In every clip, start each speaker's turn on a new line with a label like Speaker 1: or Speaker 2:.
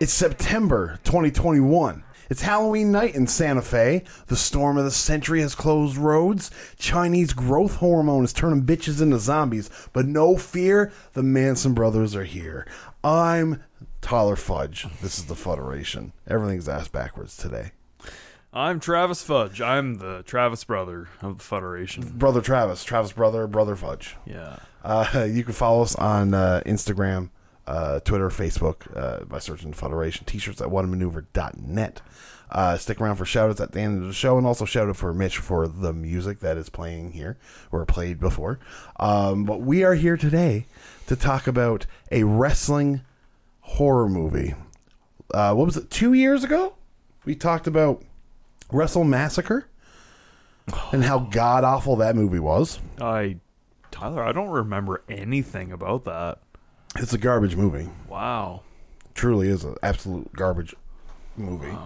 Speaker 1: It's September 2021. It's Halloween night in Santa Fe. The storm of the century has closed roads. Chinese growth hormone is turning bitches into zombies. But no fear, the Manson brothers are here. I'm Tyler Fudge. This is the Federation. Everything's ass backwards today.
Speaker 2: I'm Travis Fudge. I'm the Travis brother of the Federation.
Speaker 1: Brother Travis, Travis brother, brother Fudge.
Speaker 2: Yeah.
Speaker 1: Uh, you can follow us on uh, Instagram, uh, Twitter, Facebook uh, by searching the Federation T-shirts at onemaneuver.net. Uh, stick around for shout outs at the end of the show and also shout out for Mitch for the music that is playing here or played before. Um, but we are here today to talk about a wrestling horror movie. Uh, what was it? Two years ago, we talked about Wrestle Massacre and how god awful that movie was.
Speaker 2: I, Tyler, I don't remember anything about that.
Speaker 1: It's a garbage movie.
Speaker 2: Wow.
Speaker 1: truly is an absolute garbage movie.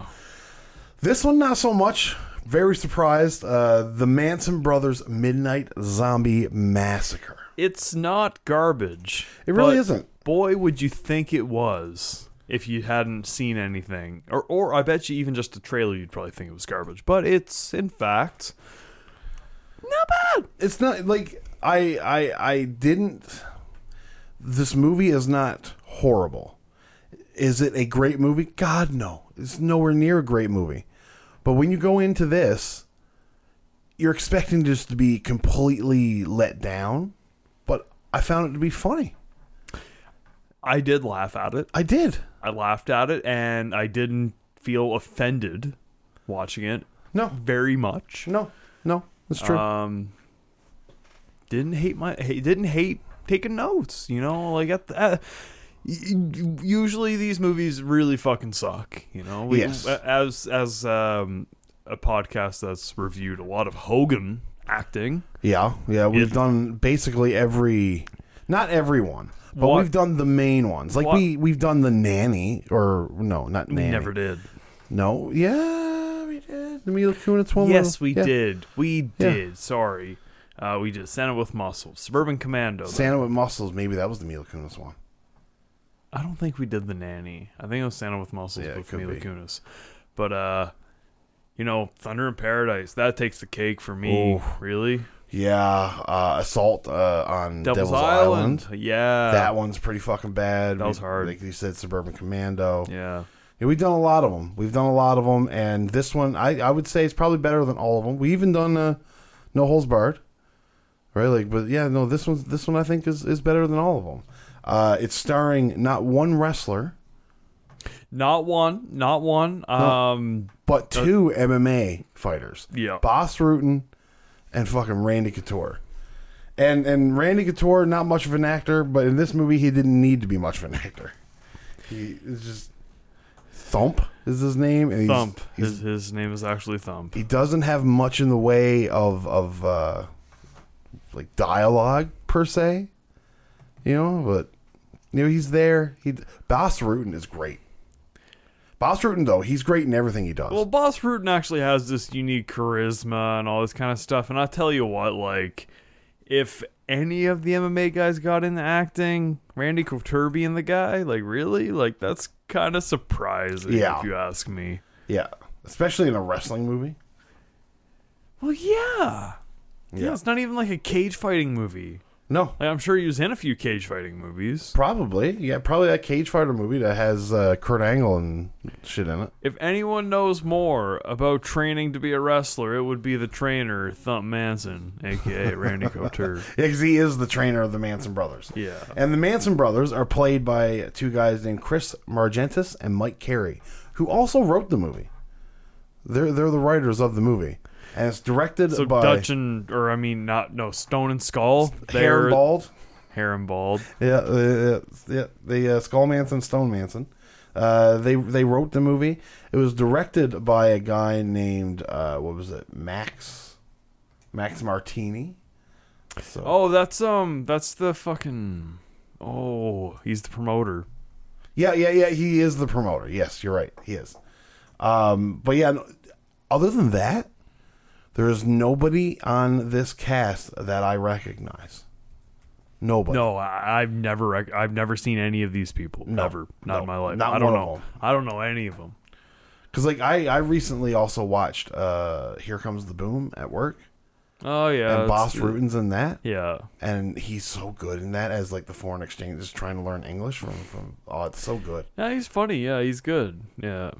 Speaker 1: This one, not so much. Very surprised. Uh, the Manson Brothers Midnight Zombie Massacre.
Speaker 2: It's not garbage.
Speaker 1: It really
Speaker 2: but
Speaker 1: isn't.
Speaker 2: Boy, would you think it was if you hadn't seen anything. Or, or I bet you even just a trailer, you'd probably think it was garbage. But it's, in fact,
Speaker 1: It's not like I I I didn't. This movie is not horrible. Is it a great movie? God no. It's nowhere near a great movie. But when you go into this, you're expecting just to be completely let down. But I found it to be funny.
Speaker 2: I did laugh at it.
Speaker 1: I did.
Speaker 2: I laughed at it, and I didn't feel offended watching it
Speaker 1: No,
Speaker 2: very much.
Speaker 1: No, no, that's true.
Speaker 2: Um, didn't hate my ha- didn't hate taking notes. You know, like at the, uh, y- y- usually these movies really fucking suck. You know, we,
Speaker 1: Yes.
Speaker 2: As as um, a podcast that's reviewed a lot of Hogan acting.
Speaker 1: yeah, yeah, we've
Speaker 2: it-
Speaker 1: done basically every, not everyone, but
Speaker 2: What-
Speaker 1: we've done the main ones. Like
Speaker 2: What-
Speaker 1: we we've done the nanny or no, not nanny.
Speaker 2: We never did.
Speaker 1: No, yeah, we did. The Mila Kunis one.
Speaker 2: Yes,
Speaker 1: where-
Speaker 2: we
Speaker 1: yeah.
Speaker 2: did. We
Speaker 1: Yeah.
Speaker 2: did. Sorry. Uh, we did Santa with Muscle, Suburban Commando.
Speaker 1: Santa with muscles. Maybe that was the Mila Kunis one.
Speaker 2: I don't think we did the nanny. I think it was Santa with muscles
Speaker 1: Yeah, it
Speaker 2: with
Speaker 1: could
Speaker 2: Mila
Speaker 1: be.
Speaker 2: Kunis. But uh you know, Thunder in Paradise, that takes the cake for me.
Speaker 1: Ooh.
Speaker 2: Really?
Speaker 1: Yeah, uh, assault uh, on Devil's, Island.
Speaker 2: Yeah.
Speaker 1: that one's pretty fucking bad.
Speaker 2: Uh, That was
Speaker 1: We-
Speaker 2: hard.
Speaker 1: Like you said, Suburban Commando.
Speaker 2: Yeah.
Speaker 1: Yeah, we've done a lot of them. We've done a lot of them, and this one I, I would say is probably better than all of them. We even done uh, no holes barred, right? Like, but yeah, no, this one's this one I think is is better than all of them. Uh, it's starring not one wrestler
Speaker 2: Not one, not one. Um
Speaker 1: but two MMA fighters,
Speaker 2: yeah.
Speaker 1: Boss Rutan and fucking Randy Couture. And and Randy Couture, not much of an actor, but in this movie he didn't need to be much of an actor. He is just Thump is his name, and he's,
Speaker 2: Thump.
Speaker 1: he's
Speaker 2: his his name is actually Thump.
Speaker 1: he doesn't have much in the way of of uh, like dialogue per se, you know. But you know he's there. He Boss Rutan is great. Boss Rutan though he's great in everything he does.
Speaker 2: Well, Boss Rutan actually has this unique charisma and all this kind of stuff. And I'll tell you what, like, if any of the MMA guys got into acting, Randy Couture being the guy, like, really? Like, that's kind of surprising,
Speaker 1: Yeah.
Speaker 2: if you ask me.
Speaker 1: yeah, especially in a wrestling movie.
Speaker 2: Well, yeah. yeah.
Speaker 1: Yeah.
Speaker 2: it's not even like a cage fighting movie.
Speaker 1: No,
Speaker 2: Like, I'm sure he was in a few cage fighting movies.
Speaker 1: probably yeah, probably that cage fighter movie that has uh, Kurt Angle and shit in it.
Speaker 2: If anyone knows more about training to be a wrestler, it would be the trainer, Thump Manson, aka Randy Couture.
Speaker 1: Yeah, 'cause he is the trainer of the Manson brothers.
Speaker 2: Yeah.
Speaker 1: And the Manson brothers are played by two guys named Chris Margentis and Mike Carey, who also wrote the movie. They're they're the writers of the movie, and it's directed
Speaker 2: So
Speaker 1: by
Speaker 2: Dutch and, or I mean, not no Stone and Skull.
Speaker 1: Hair
Speaker 2: they're-
Speaker 1: and Bald.
Speaker 2: Hair and bald.
Speaker 1: Yeah, uh, yeah, the uh, Skull Manson, Stone Manson. Uh, they they wrote the movie. It was directed by a guy named uh, what was it, Max, Max Martini. So,
Speaker 2: Oh, that's um, that's the fucking. Oh, he's the promoter.
Speaker 1: Yeah, yeah, yeah. He is the promoter. Yes, you're right. He is. Um, but yeah, no- other than that, there is nobody on this cast that I recognize. Nobody.
Speaker 2: No, I, I've never, rec- I've never seen any of these people. never, not
Speaker 1: no,
Speaker 2: in my life.
Speaker 1: not
Speaker 2: I don't
Speaker 1: one of
Speaker 2: know.
Speaker 1: them.
Speaker 2: I don't know any of them.
Speaker 1: Because like I, I recently also watched uh Here Comes the Boom at work,
Speaker 2: Oh yeah,
Speaker 1: and
Speaker 2: that's-
Speaker 1: Boss Rutan's in that,
Speaker 2: Yeah,
Speaker 1: and he's so good in that as like the foreign exchange is trying to learn English from from. Oh, it's so good.
Speaker 2: yeah, he's funny. Yeah, he's good. Yeah,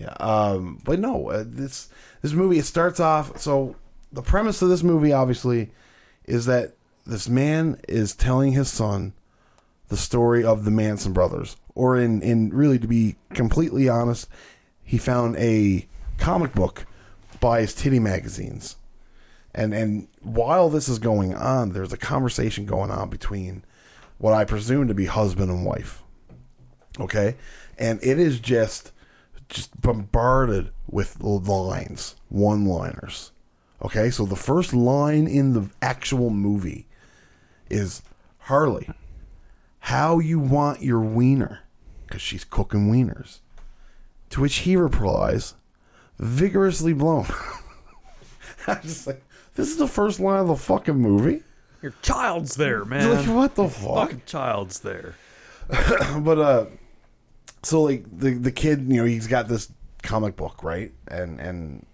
Speaker 1: Yeah. Um. But no, uh, this this movie it starts off. So the premise of this movie obviously is that this man is telling his son the story of the Manson brothers, or in in really to be completely honest, he found a comic book by his titty magazines. And and while this is going on, there's a conversation going on between what I presume to be husband and wife. Okay? And it is just just bombarded with lines, one-liners. Okay? So the first line in the actual movie is Harley, how you want your wiener cuz she's cooking wieners. To which he replies, vigorously blown. I'm just like, this is the first line of the fucking movie.
Speaker 2: your child's there, man.
Speaker 1: Like, what the fuck?
Speaker 2: Fucking child's there.
Speaker 1: But uh, so like the the kid, you know, he's got this comic book, right? And and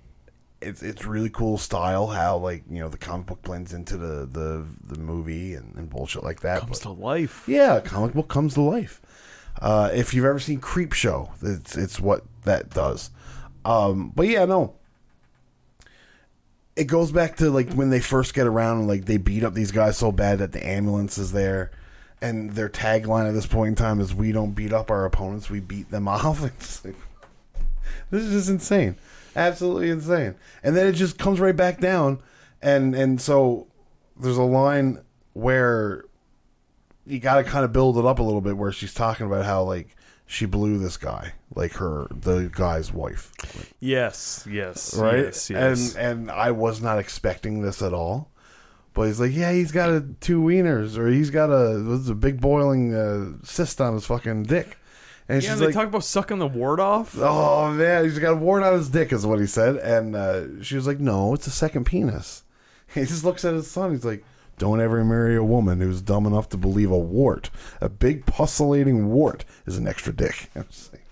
Speaker 1: it's it's really cool style how like you know the comic book blends into the the the movie and, and bullshit like that.
Speaker 2: Comes
Speaker 1: But-
Speaker 2: to life.
Speaker 1: yeah, a comic book comes to life. Uh, if you've ever seen Creep Show, it's it's what that does. Um, but yeah, no. It goes back to like when they first get around and like they beat up these guys so bad that the ambulance is there and their tagline at this point in time is we don't beat up our opponents, we beat them off. It's like, this is just insane. Absolutely insane. And then it just comes right back down and and so there's a line where you got to kind of build it up a little bit where she's talking about how like she blew this guy, like her the guy's wife,
Speaker 2: Yes, yes,
Speaker 1: right?
Speaker 2: Yes, yes.
Speaker 1: And and I was not expecting this at all. But he's like, yeah, he's got a two wieners, or he's got a what's a big boiling uh, cyst on his fucking dick, and
Speaker 2: yeah,
Speaker 1: she's
Speaker 2: they
Speaker 1: like,
Speaker 2: talk about sucking the ward off.
Speaker 1: oh man, he's got a wart on his dick, is what he said, and uh, she was like, no, it's a second penis. He just looks at his son. He's like, don't ever marry a woman who's dumb enough to believe a wart, a big pustulating wart, is an extra dick. I'm just like,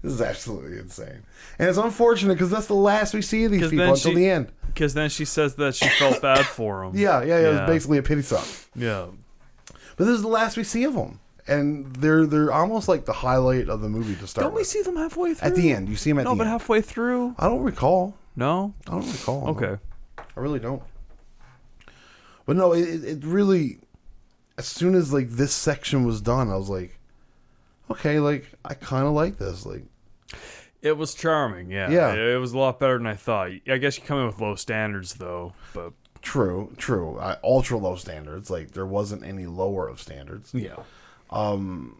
Speaker 1: this is absolutely insane, and it's unfortunate because that's the last we see of these
Speaker 2: 'Cause
Speaker 1: people
Speaker 2: then
Speaker 1: until
Speaker 2: she-
Speaker 1: the end.
Speaker 2: Because then she says that she felt bad for him.
Speaker 1: Yeah, yeah, yeah.
Speaker 2: Yeah.
Speaker 1: It's basically a pity song.
Speaker 2: Yeah.
Speaker 1: But this is the last we see of them, and they're they're almost like the highlight of the movie to start.
Speaker 2: Don't we
Speaker 1: with.
Speaker 2: see them halfway through?
Speaker 1: at the end? You see them at
Speaker 2: No,
Speaker 1: the
Speaker 2: but
Speaker 1: end. Uh-huh.
Speaker 2: halfway through?
Speaker 1: I don't recall.
Speaker 2: No?
Speaker 1: I don't recall.
Speaker 2: Okay.
Speaker 1: I really don't. But no, it, it it really. As soon as like this section was done, I was like, okay, like I kind of like this. Like,
Speaker 2: It was charming, yeah.
Speaker 1: Yeah.
Speaker 2: It, it was a lot better than I thought. I guess you come in with low standards, though. But
Speaker 1: true, true. I, ultra low standards. Like there wasn't any lower of standards.
Speaker 2: yeah.
Speaker 1: But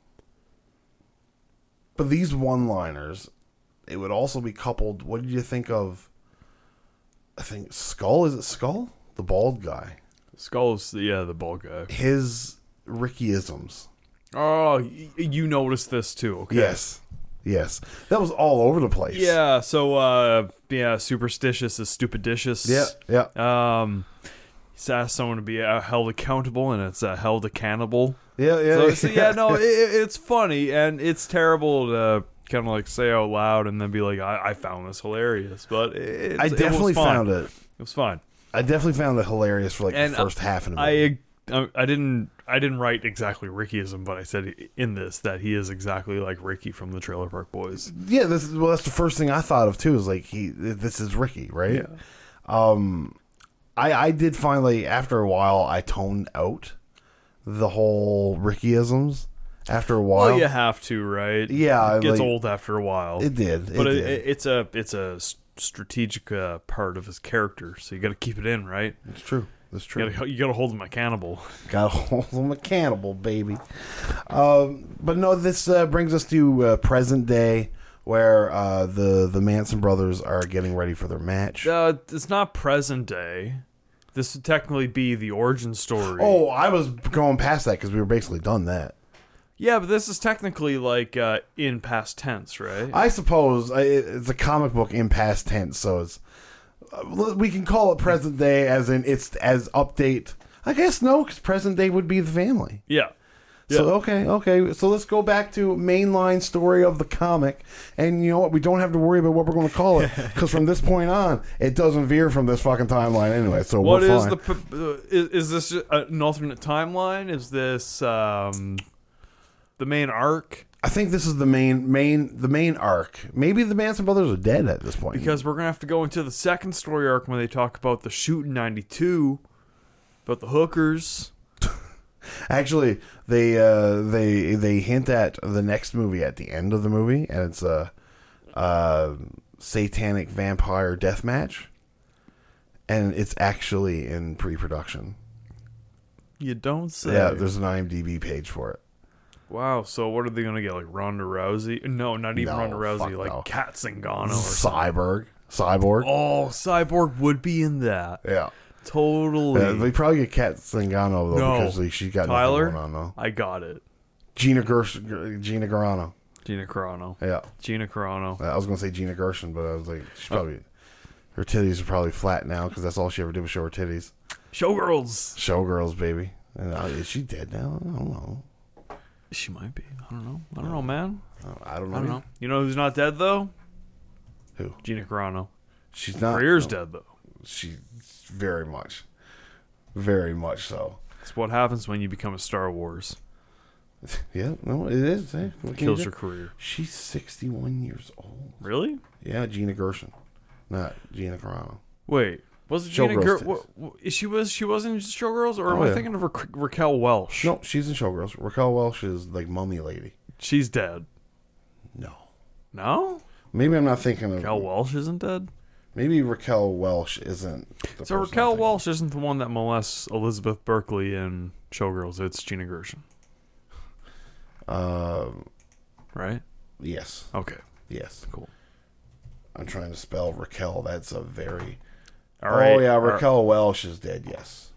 Speaker 1: these one-liners, it would also be coupled. What did you think of? I think Skull is it Skull, the bald guy.
Speaker 2: Skull's, yeah, the bald guy.
Speaker 1: His Rickyisms.
Speaker 2: Oh, y- you noticed this, too. Okay.
Speaker 1: Yes, yes. That was all over the place.
Speaker 2: Yeah, so, uh, yeah, superstitious is stupidicious.
Speaker 1: yeah, yeah.
Speaker 2: Um, he's asked someone to be uh, held accountable, and it's uh, held accountable.
Speaker 1: Yeah, yeah,
Speaker 2: So, so, yeah, no, it, it- it's funny and it's terrible to kind of like say out loud and then be like, I, I found this hilarious, but it,
Speaker 1: I definitely
Speaker 2: it was fun.
Speaker 1: found it.
Speaker 2: It was fun.
Speaker 1: I definitely found it hilarious for like
Speaker 2: And uh,
Speaker 1: the first half of the movie.
Speaker 2: I, I um, I didn't I didn't write exactly Rickyism, but I said in this that he is exactly like Ricky from the Trailer Park Boys.
Speaker 1: yeah, this is, well, that's the first thing I thought of too. Is like he, this is Ricky, right? Um, I I did finally after a while I toned out the whole Rickyisms after a while.
Speaker 2: Well, you have to, right?
Speaker 1: Yeah,
Speaker 2: it gets
Speaker 1: like-
Speaker 2: old after a while.
Speaker 1: it did. It
Speaker 2: but it,
Speaker 1: did.
Speaker 2: it- it's a it's a s- strategic uh, part of his character, so you got to keep it in, right?
Speaker 1: it's true. It's true.
Speaker 2: You got to you got to hold him accountable.
Speaker 1: Got a hold of him, a cannibal, baby. Um, but no, this uh, brings us to uh, present day, where uh, the the Manson brothers are getting ready for their match.
Speaker 2: Uh, it's not present day. This would technically be the origin story.
Speaker 1: Oh, I was going past that because we were basically done that.
Speaker 2: yeah, but this is technically like uh, in past tense, right?
Speaker 1: I suppose I- it- it's a comic book in past tense, so it's uh, we can call it present day, as in it's as update I guess no, because present day would be the family.
Speaker 2: Yeah.
Speaker 1: So okay, okay. So let's go back to mainline story of the comic, and you know what? We don't have to worry about what we're going to call it because from this point on, it doesn't veer from this fucking timeline anyway. So
Speaker 2: What
Speaker 1: we're
Speaker 2: is
Speaker 1: fine.
Speaker 2: the p- uh, is, is this uh, an alternate timeline? Is this um the main arc?
Speaker 1: I think this is the main main the main arc. Maybe the Manson brothers are dead at this point.
Speaker 2: Because we're gonna have to go into the second story arc when they talk about the shoot in '92, about the hookers.
Speaker 1: Actually, they uh, they they hint at the next movie at the end of the movie, and it's a, uh satanic vampire death match, and it's actually in pre-production.
Speaker 2: You don't say.
Speaker 1: Yeah, there's an IMDb page for it.
Speaker 2: wow. So what are they gonna get? Like Ronda Rousey? No, not even
Speaker 1: No,
Speaker 2: Ronda
Speaker 1: fuck
Speaker 2: Rousey.
Speaker 1: no.
Speaker 2: Like Kat Singano. Oh, Or
Speaker 1: Cyborg, cyborg.
Speaker 2: oh, Cyborg would be in that.
Speaker 1: Yeah,
Speaker 2: Totally.
Speaker 1: Uh, they probably get Kat Singano though
Speaker 2: No.
Speaker 1: because like, she's got
Speaker 2: Tyler?
Speaker 1: nothing going on though.
Speaker 2: I got it.
Speaker 1: Gina Gersh, Gina Garano.
Speaker 2: Gina Carano.
Speaker 1: Yeah.
Speaker 2: Gina Carano.
Speaker 1: Uh, I was gonna say Gina Gershon, but I was like,
Speaker 2: Oh.
Speaker 1: she's probably her titties are probably flat now because that's all she ever did was show her titties.
Speaker 2: Showgirls.
Speaker 1: Showgirls, baby. And uh, is she dead now? I don't know.
Speaker 2: She might be. I don't know. I don't know, man.
Speaker 1: Uh, I don't know.
Speaker 2: I don't know. You know who's not dead though?
Speaker 1: Who?
Speaker 2: Gina Carano.
Speaker 1: She's not.
Speaker 2: Career's dead though.
Speaker 1: She very much, very much so.
Speaker 2: It's what happens when you become a Star Wars.
Speaker 1: Yeah, no, it is. eh? What can you
Speaker 2: Kills
Speaker 1: do?
Speaker 2: your career.
Speaker 1: She's sixty-one years old.
Speaker 2: Really?
Speaker 1: Yeah, Gina Gershon, not Gina Carano.
Speaker 2: Wait. Was it Gina
Speaker 1: Showgirls
Speaker 2: Ger-
Speaker 1: too.
Speaker 2: what, what, she was she was in Showgirls or am
Speaker 1: Oh,
Speaker 2: I
Speaker 1: yeah.
Speaker 2: thinking of Ra- Raquel Welch?
Speaker 1: No, she's in Showgirls. Raquel Welch is like mummy lady.
Speaker 2: She's dead.
Speaker 1: No,
Speaker 2: No?
Speaker 1: maybe I'm not thinking of.
Speaker 2: Raquel Welch isn't dead?
Speaker 1: Maybe Raquel Welch isn't. the person
Speaker 2: So
Speaker 1: I'm
Speaker 2: Raquel
Speaker 1: thinking.
Speaker 2: Welch isn't the one that molests Elizabeth Berkley in Showgirls. It's Gina Gershon,
Speaker 1: Um,
Speaker 2: right?
Speaker 1: yes,
Speaker 2: Okay,
Speaker 1: yes.
Speaker 2: cool.
Speaker 1: I'm trying to spell Raquel. That's a very.
Speaker 2: All right.
Speaker 1: Oh yeah,
Speaker 2: all right.
Speaker 1: Raquel Welsh is dead. Yes,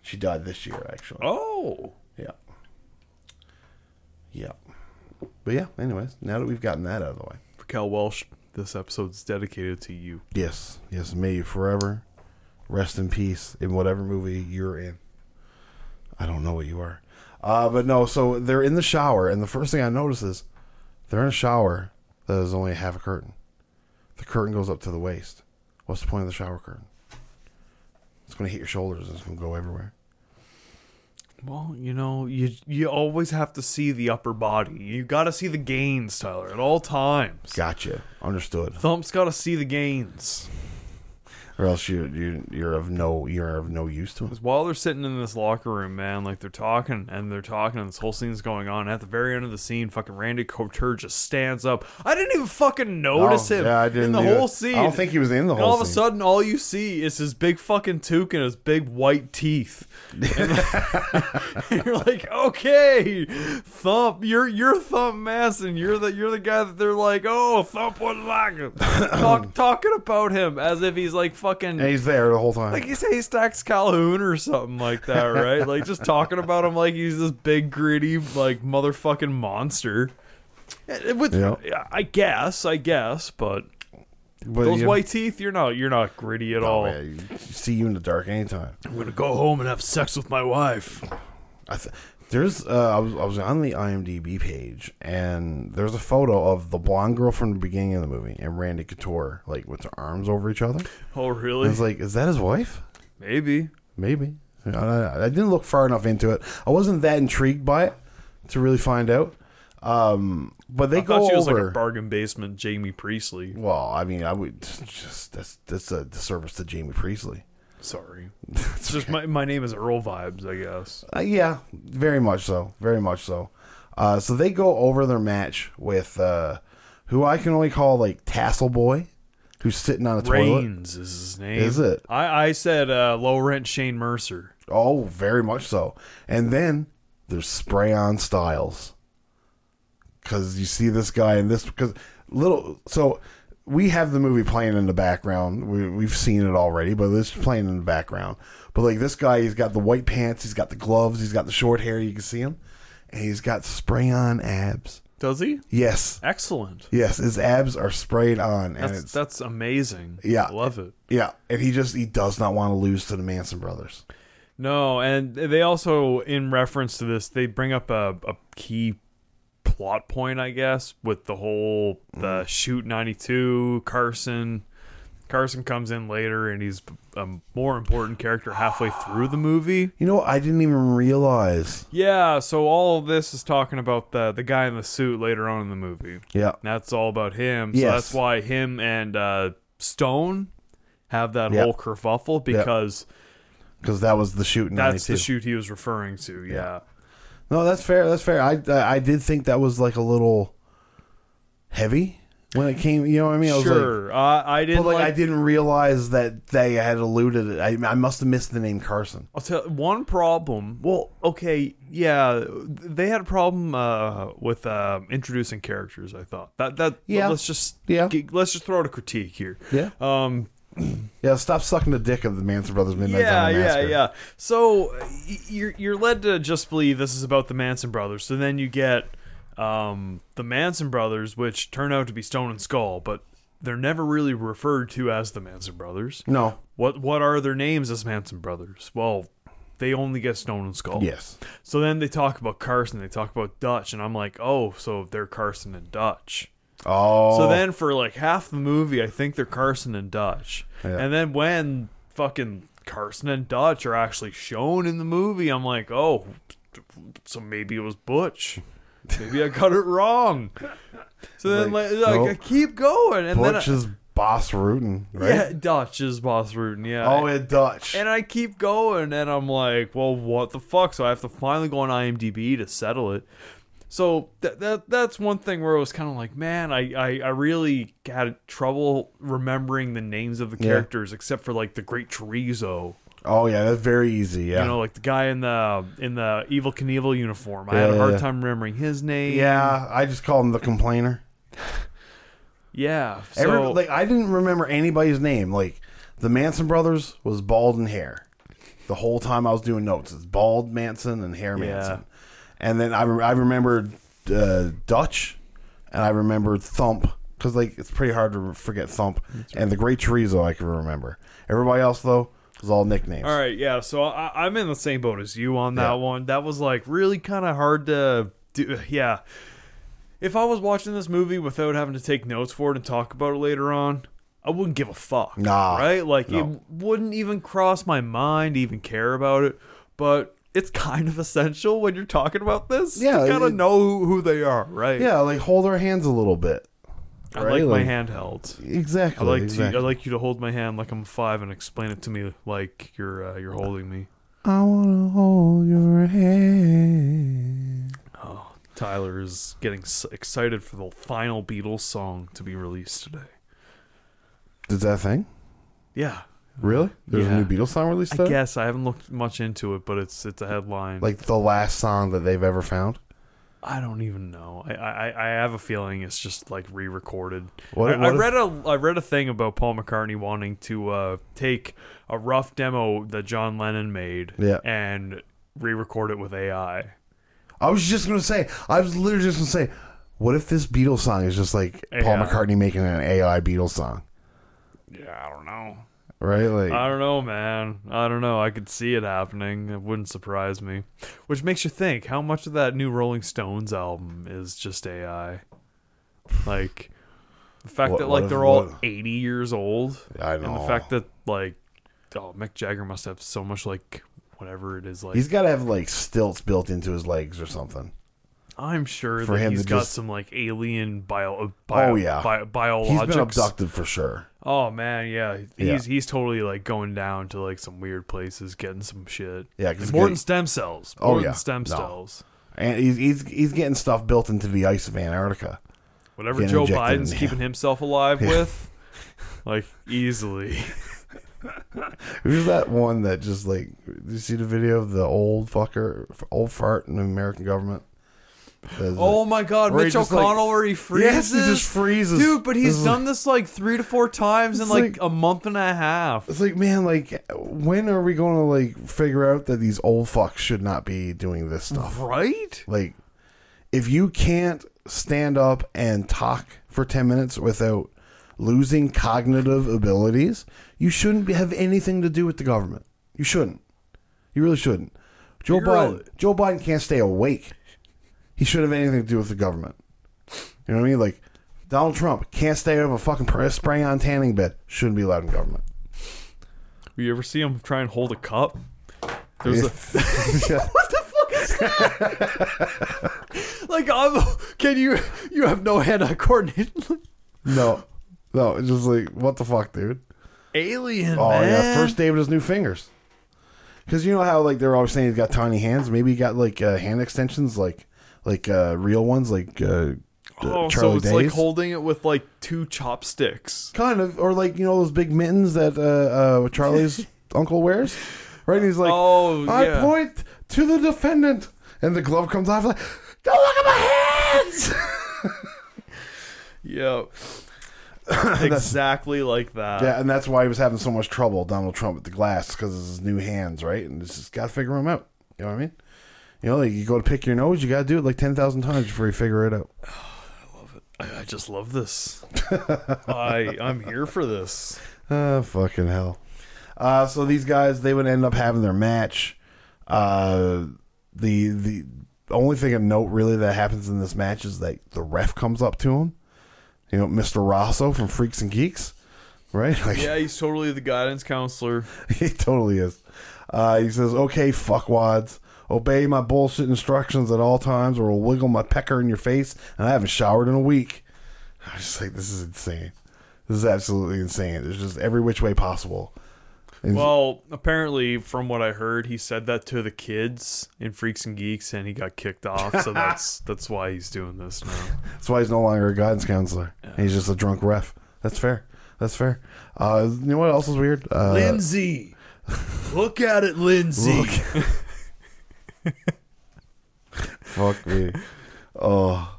Speaker 1: she died this year actually.
Speaker 2: Oh,
Speaker 1: Yeah. Yeah. But yeah. Anyways, now that we've gotten that out of the way.
Speaker 2: Raquel Welch. This episode's dedicated to you.
Speaker 1: Yes. Yes. May you forever rest in peace in whatever movie you're in. I don't know what you are. Uh, but no, so they're in the shower, and the first thing I notice is they're in a shower that is only half a curtain. The curtain goes up to the waist. What's the point of the shower curtain? It's going to hit your shoulders and it's going to go everywhere.
Speaker 2: Well, you know, you you always have to see the upper body. You got to see the gains, Tyler, at all times.
Speaker 1: Gotcha. Understood.
Speaker 2: Thump's got to see the gains.
Speaker 1: Or else you you you're of no you're of no use to us.
Speaker 2: 'Cause while they're sitting in this locker room, man, like they're talking and they're talking and this whole scene's going on. At the very end of the scene, fucking Randy Couture just stands up. I didn't even fucking notice him
Speaker 1: Oh, Yeah, I didn't.
Speaker 2: in the
Speaker 1: either.
Speaker 2: whole scene.
Speaker 1: I don't think he was in the
Speaker 2: and
Speaker 1: whole.
Speaker 2: all of a
Speaker 1: scene.
Speaker 2: sudden, all you see is his big fucking toque and his big white teeth. And you're like, okay, Thump, you're you're Thump Masson. You're the you're the guy that they're like, oh, Thump wouldn't like him. Talk, talking about him as if he's like fucking
Speaker 1: and he's there the whole time.
Speaker 2: like he's Haystacks Calhoun or something like that, right? like just talking about him like he's this big gritty like motherfucking monster. Eh, With,
Speaker 1: Yeah.
Speaker 2: I guess, I guess, but
Speaker 1: But,
Speaker 2: those
Speaker 1: you know,
Speaker 2: white teeth, you're not you're not gritty at all.
Speaker 1: oh, yeah, you you see you in the dark anytime.
Speaker 2: I'm gonna go home and have sex with my wife.
Speaker 1: I th- there's uh, I was I was on the IMDb page and there's a photo of the blonde girl from the beginning of the movie and Randy Couture like with their arms over each other.
Speaker 2: Oh
Speaker 1: I
Speaker 2: really?
Speaker 1: was like, is that his wife?
Speaker 2: Maybe.
Speaker 1: Maybe. I, I- I didn't look far enough into it. I wasn't that intrigued by it to really find out. Um, but they
Speaker 2: I
Speaker 1: go
Speaker 2: thought she was
Speaker 1: over.
Speaker 2: like a bargain basement Jamie Priestley.
Speaker 1: well, I mean, I would just that's that's a disservice to Jamie Priestley.
Speaker 2: Sorry. it's just my, my name is Earl vibes, I guess.
Speaker 1: Uh, yeah, very much so. Very much so. Uh, so they go over their match with uh, who I can only call like Tassel Boy, who's sitting on a toilet.
Speaker 2: Reigns is his name.
Speaker 1: Is it?
Speaker 2: I, I said uh, low rent Shane Mercer.
Speaker 1: Oh, very much so. And then there's spray on Styles. Because you see this guy in this. Because little. So we have the movie playing in the background. We, we've seen it already, but it's playing in the background. But like this guy, he's got the white pants, he's got the gloves, he's got the short hair. You can see him. And he's got spray on abs.
Speaker 2: Does he?
Speaker 1: Yes.
Speaker 2: Excellent.
Speaker 1: Yes, his abs are sprayed on, and
Speaker 2: That's
Speaker 1: it's
Speaker 2: that's amazing.
Speaker 1: Yeah.
Speaker 2: love it.
Speaker 1: yeah, and he just he does not want to lose to the Manson brothers.
Speaker 2: No, and they also, in reference to this, they bring up a, a key plot point, I guess, with the whole
Speaker 1: Mm-hmm.
Speaker 2: the shoot ninety two Carson. Carson comes in later, and he's a more important character halfway through the movie.
Speaker 1: You know, I didn't even realize.
Speaker 2: Yeah, so all of this is talking about the the guy in the suit later on in the movie.
Speaker 1: Yeah.
Speaker 2: And that's all about him. So
Speaker 1: Yes.
Speaker 2: that's why him and uh, Stone have that
Speaker 1: Yep.
Speaker 2: whole kerfuffle because
Speaker 1: Because that was the shoot in
Speaker 2: that's
Speaker 1: 92.
Speaker 2: the shoot he was referring to. Yeah.
Speaker 1: No, that's fair. That's fair. I I did think that was like a little heavy when it came. You know what I mean? I was Like,
Speaker 2: Sure. Uh, I
Speaker 1: but
Speaker 2: didn't
Speaker 1: like,
Speaker 2: like,
Speaker 1: I didn't realize that they had alluded it. I, I must have missed the name Carson.
Speaker 2: I'll tell one problem. Well, okay, yeah, they had a problem uh, with uh, introducing characters. I thought that that
Speaker 1: Yeah.
Speaker 2: Let's just
Speaker 1: Yeah.
Speaker 2: g- let's just throw out a critique here.
Speaker 1: Yeah.
Speaker 2: Um,
Speaker 1: Yeah. Stop sucking the dick of the Manson Brothers Midnight
Speaker 2: yeah,
Speaker 1: Zombie
Speaker 2: yeah,
Speaker 1: Massacre.
Speaker 2: yeah. So y- you're you're led to just believe this is about the Manson brothers. So then you get um, the Manson brothers, which turn out to be Stone and Skull, but they're never really referred to as the Manson brothers.
Speaker 1: No.
Speaker 2: What what are their names as Manson brothers? Well, they only get Stone and Skull.
Speaker 1: Yes.
Speaker 2: So then they talk about Carson, they talk about Dutch, and I'm like, oh, so they're Carson and Dutch.
Speaker 1: Oh.
Speaker 2: So then for like half the movie, I think they're Carson and Dutch.
Speaker 1: Yeah.
Speaker 2: And then when fucking Carson and Dutch are actually shown in the movie, I'm like, oh, so maybe it was Butch. Maybe I got it wrong. So then
Speaker 1: Like,
Speaker 2: like, like,
Speaker 1: no.
Speaker 2: I keep going, and
Speaker 1: Butch
Speaker 2: then
Speaker 1: is boss rooting,
Speaker 2: I,
Speaker 1: right?
Speaker 2: yeah, Dutch is boss rooting. Yeah.
Speaker 1: Oh, in Dutch.
Speaker 2: And I keep going, and I'm like, well, what the fuck? So I have to finally go on IMDb to settle it. So that that that's one thing where I was kind of like, man, I, I I really had trouble remembering the names of the
Speaker 1: Yeah.
Speaker 2: characters, except for like the Great Chorizo,
Speaker 1: oh, yeah. That's very easy. Yeah.
Speaker 2: you know, like the guy in the in the Evil Knievel uniform. I had
Speaker 1: Yeah,
Speaker 2: a hard
Speaker 1: yeah.
Speaker 2: time remembering his name.
Speaker 1: yeah. I just call him the complainer.
Speaker 2: yeah. So
Speaker 1: Every, like I didn't remember anybody's name. Like the Manson brothers was bald and hair. The whole time I was doing notes, it's bald Manson and hair
Speaker 2: Yeah.
Speaker 1: Manson. And then I, re- I remembered uh, Dutch, and I remembered Thump because like it's pretty hard to re- forget Thump and the Great Chorizo I can remember. Everybody else though was all nicknames.
Speaker 2: all right, yeah. So I, I'm in the same boat as you on that
Speaker 1: Yeah.
Speaker 2: one. That was like really kind of hard to do. Yeah. if I was watching this movie without having to take notes for it and talk about it later on, I wouldn't give a fuck.
Speaker 1: Nah,
Speaker 2: Right? Like,
Speaker 1: no.
Speaker 2: it wouldn't even cross my mind to even care about it. But it's kind of essential when you're talking about this.
Speaker 1: Yeah,
Speaker 2: You gotta
Speaker 1: it-
Speaker 2: know who, who they are, right?
Speaker 1: Yeah, like hold our hands a little bit.
Speaker 2: I
Speaker 1: right,
Speaker 2: like my
Speaker 1: like-
Speaker 2: hand held. I
Speaker 1: Exactly.
Speaker 2: like
Speaker 1: exactly.
Speaker 2: to. I like you to hold my hand like I'm five and explain it to me like you're uh, you're holding me.
Speaker 1: I wanna hold your hand.
Speaker 2: Oh, Tyler is getting s- excited for the final Beatles song to be released today.
Speaker 1: Did that thing?
Speaker 2: Yeah,
Speaker 1: Really? There's
Speaker 2: Yeah.
Speaker 1: a new Beatles song released
Speaker 2: I
Speaker 1: today?
Speaker 2: guess I haven't looked much into it, but it's it's a headline.
Speaker 1: Like the last song that they've ever found?
Speaker 2: I don't even know. I, I, I have a feeling it's just like re-recorded.
Speaker 1: What-
Speaker 2: I, I
Speaker 1: what if-
Speaker 2: read a I read a thing about Paul McCartney wanting to uh, take a rough demo that John Lennon made
Speaker 1: Yeah.
Speaker 2: and re-record it with AI.
Speaker 1: I was just going to say, I was literally just going to say, what if this Beatles song is just like Paul
Speaker 2: AI.
Speaker 1: McCartney making an AI Beatles song?
Speaker 2: Yeah, I don't know.
Speaker 1: Right? Like,
Speaker 2: I don't know, man. I don't know. I could see it happening. It wouldn't surprise me. Which makes you think how much of that new Rolling Stones album is just AI? Like the fact
Speaker 1: What-
Speaker 2: that
Speaker 1: what
Speaker 2: like
Speaker 1: if-
Speaker 2: they're all
Speaker 1: what-
Speaker 2: 80 years old
Speaker 1: I
Speaker 2: and the
Speaker 1: know.
Speaker 2: fact that like oh, Mick Jagger must have so much like whatever it is like
Speaker 1: he's got to have like stilts built into his legs or something.
Speaker 2: I'm sure
Speaker 1: for
Speaker 2: that
Speaker 1: him
Speaker 2: he's
Speaker 1: to
Speaker 2: got
Speaker 1: just-
Speaker 2: some like alien bio, uh, bio
Speaker 1: Oh, yeah.
Speaker 2: bio, biologics
Speaker 1: He's been abducted for sure.
Speaker 2: Oh man, yeah, he's
Speaker 1: Yeah.
Speaker 2: he's totally like going down to like some weird places, getting some shit.
Speaker 1: Yeah, 'cause
Speaker 2: And more
Speaker 1: they-
Speaker 2: than stem cells.
Speaker 1: Oh,
Speaker 2: more than
Speaker 1: yeah.
Speaker 2: stem
Speaker 1: No.
Speaker 2: cells.
Speaker 1: And he's, he's, he's getting stuff built into the ice of Antarctica.
Speaker 2: Whatever
Speaker 1: Getting
Speaker 2: Joe
Speaker 1: injected
Speaker 2: Biden's
Speaker 1: in-
Speaker 2: keeping himself alive with, like easily.
Speaker 1: Who's that one that just like? Did you see the video of the old fucker, old fart in the American government? That's-
Speaker 2: oh my God,
Speaker 1: Where he
Speaker 2: Mitch
Speaker 1: just, like-
Speaker 2: O'Connell, where he
Speaker 1: yes,
Speaker 2: freezes,
Speaker 1: he just freezes,
Speaker 2: dude. But he's
Speaker 1: It's
Speaker 2: done
Speaker 1: Like,
Speaker 2: this like three to four times in
Speaker 1: It's
Speaker 2: like,
Speaker 1: like-
Speaker 2: a month and a half.
Speaker 1: it's like, man, like, when are we going to like figure out that these old fucks should not be doing this
Speaker 2: Mm-hmm.
Speaker 1: stuff?
Speaker 2: Right?
Speaker 1: Like, if you can't stand up and talk for ten minutes without losing cognitive abilities, you shouldn't be, have anything to do with the government. You shouldn't. You really shouldn't. Joe
Speaker 2: You're
Speaker 1: Biden.
Speaker 2: right.
Speaker 1: Joe Biden can't stay awake. He shouldn't have anything to do with the government. You know what I mean? Like Donald Trump can't stay over a fucking pra- spraying on tanning bed. Shouldn't be allowed in government.
Speaker 2: You ever see him try and hold a cup? There's a
Speaker 1: what the fuck is that?
Speaker 2: like I'm, can you you have no head eye coordination?
Speaker 1: No, no. It's just like what the fuck, dude.
Speaker 2: Alien
Speaker 1: Oh
Speaker 2: man.
Speaker 1: yeah, first day with his new fingers. Because you know how like they're always saying he's got tiny hands. Maybe he got like uh, hand extensions, like like uh, real ones, like uh,
Speaker 2: Oh,
Speaker 1: Charlie
Speaker 2: so it's
Speaker 1: Day's.
Speaker 2: like holding it with like two chopsticks.
Speaker 1: kind of, or like you know those big mittens that uh, uh, Charlie's uncle wears, right? And he's like,
Speaker 2: Oh,
Speaker 1: I
Speaker 2: yeah.
Speaker 1: point to the defendant, and the glove comes off. Like, don't look at my hands.
Speaker 2: Yeah. exactly like that.
Speaker 1: yeah, and that's why he was having so much trouble, Donald Trump, with the glass because of his new hands, right? And it's just got to figure him out. You know what I mean? You know, like you go to pick your nose, you got to do it like ten thousand times before you figure it out.
Speaker 2: I, I just love this. I I'm here for this.
Speaker 1: Ah, fucking hell. Uh, so these guys, they would end up having their match. Uh, the the only thing of note really that happens in this match is that the ref comes up to him. You know, Mr. Rosso from Freaks and Geeks, right? Like
Speaker 2: Yeah, he's totally the guidance counselor.
Speaker 1: he totally is. Uh, he says, "Okay, fuckwads, obey my bullshit instructions at all times, or I'll wiggle my pecker in your face." And I haven't showered in a week. I was just like, "This is insane. This is absolutely insane. There's just every which way possible." And-
Speaker 2: Well, apparently, from what I heard, he said that to the kids in Freaks and Geeks, and he got kicked off. So that's that's why he's doing this now.
Speaker 1: That's why he's no longer a guidance counselor. He's just a drunk ref. That's fair. That's fair. Uh, you know what else is weird? Uh,
Speaker 2: Lindsay, look at it, Lindsay.
Speaker 1: look. Fuck me. Oh,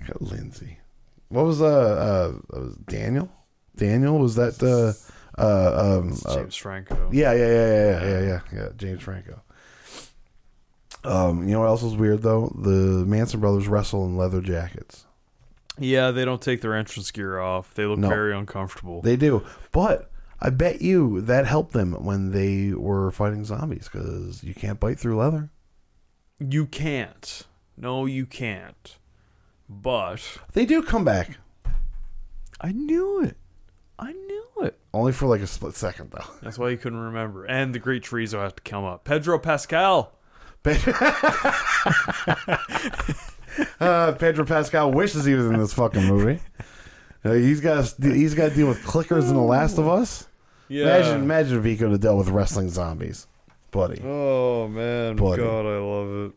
Speaker 1: God, Lindsay. What was uh, uh that was Daniel? Daniel was that uh uh um uh,
Speaker 2: James Franco.
Speaker 1: yeah yeah yeah yeah yeah yeah yeah James Franco. Um, you know what else was weird though? The Manson brothers wrestle in leather jackets.
Speaker 2: Yeah, they don't take their entrance gear off. They look
Speaker 1: No.
Speaker 2: very uncomfortable.
Speaker 1: They do. But I bet you that helped them when they were fighting zombies because you can't bite through leather.
Speaker 2: you can't. No, you can't. But
Speaker 1: They do come back.
Speaker 2: I knew it. I knew it.
Speaker 1: Only for like a split second, though.
Speaker 2: That's why you couldn't remember. And the great Chorizo has to come up. Pedro Pascal.
Speaker 1: Uh, Pedro Pascal wishes he was in this fucking movie. Uh, he's got he's got to deal with clickers in The Last of Us.
Speaker 2: Yeah.
Speaker 1: Imagine imagine if he could have dealt with wrestling zombies, buddy.
Speaker 2: Oh man,
Speaker 1: Buddy.
Speaker 2: God, I love it.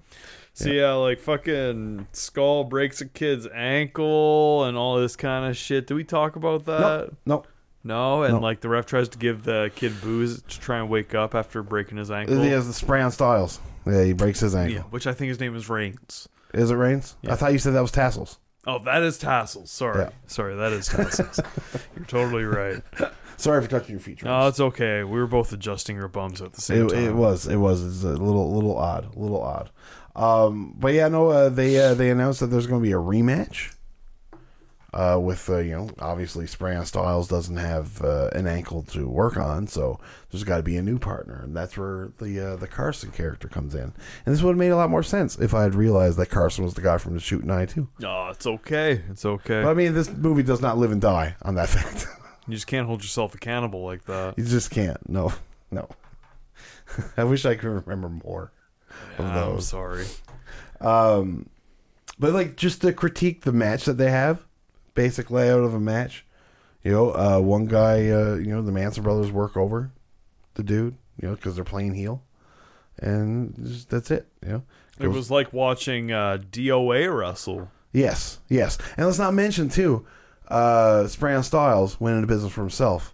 Speaker 2: So yeah. like fucking skull breaks a kid's ankle and all this kind of shit. Did we talk about that?
Speaker 1: Nope, nope.
Speaker 2: No, and
Speaker 1: No.
Speaker 2: like the ref tries to give the kid booze to try and wake up after breaking his ankle.
Speaker 1: He has the spray on Styles. Yeah, he breaks his
Speaker 2: Yeah,
Speaker 1: ankle.
Speaker 2: which I think his name is Reigns.
Speaker 1: Is it Reigns? I thought you said that was tassels.
Speaker 2: Oh, that is tassels. Sorry,
Speaker 1: Yeah.
Speaker 2: sorry, that is tassels. You're totally right.
Speaker 1: Sorry for touching your feature.
Speaker 2: No, it's okay. We were both adjusting our bums at the same
Speaker 1: It,
Speaker 2: time.
Speaker 1: it was. It was. It's a little little odd. A little odd. Um, but yeah, no. Uh, they uh, they announced that there's going to be a rematch. Uh, with uh, you know, obviously, Sprayon Styles doesn't have uh, an ankle to work on, so there's got to be a new partner, and that's where the uh, the Carson character comes in. And this would have made a lot more sense if I had realized that Carson was the guy from The Shooting Eye too.
Speaker 2: No, it's okay. It's okay.
Speaker 1: But I mean, this movie does not live and die on that fact.
Speaker 2: you just can't hold yourself accountable like that.
Speaker 1: you just can't. No, no. I wish I could remember more.
Speaker 2: Yeah, I'm
Speaker 1: those.
Speaker 2: sorry.
Speaker 1: Um, but like just to critique the match that they have, basic layout of a match. You know, uh, one guy, uh, you know, the Manson brothers work over the dude, you know, because they're playing heel, and just, that's it. You know,
Speaker 2: It was like watching uh, DOA wrestle.
Speaker 1: yes, yes, and let's not mention too, uh, Sprayon Styles went into business for himself,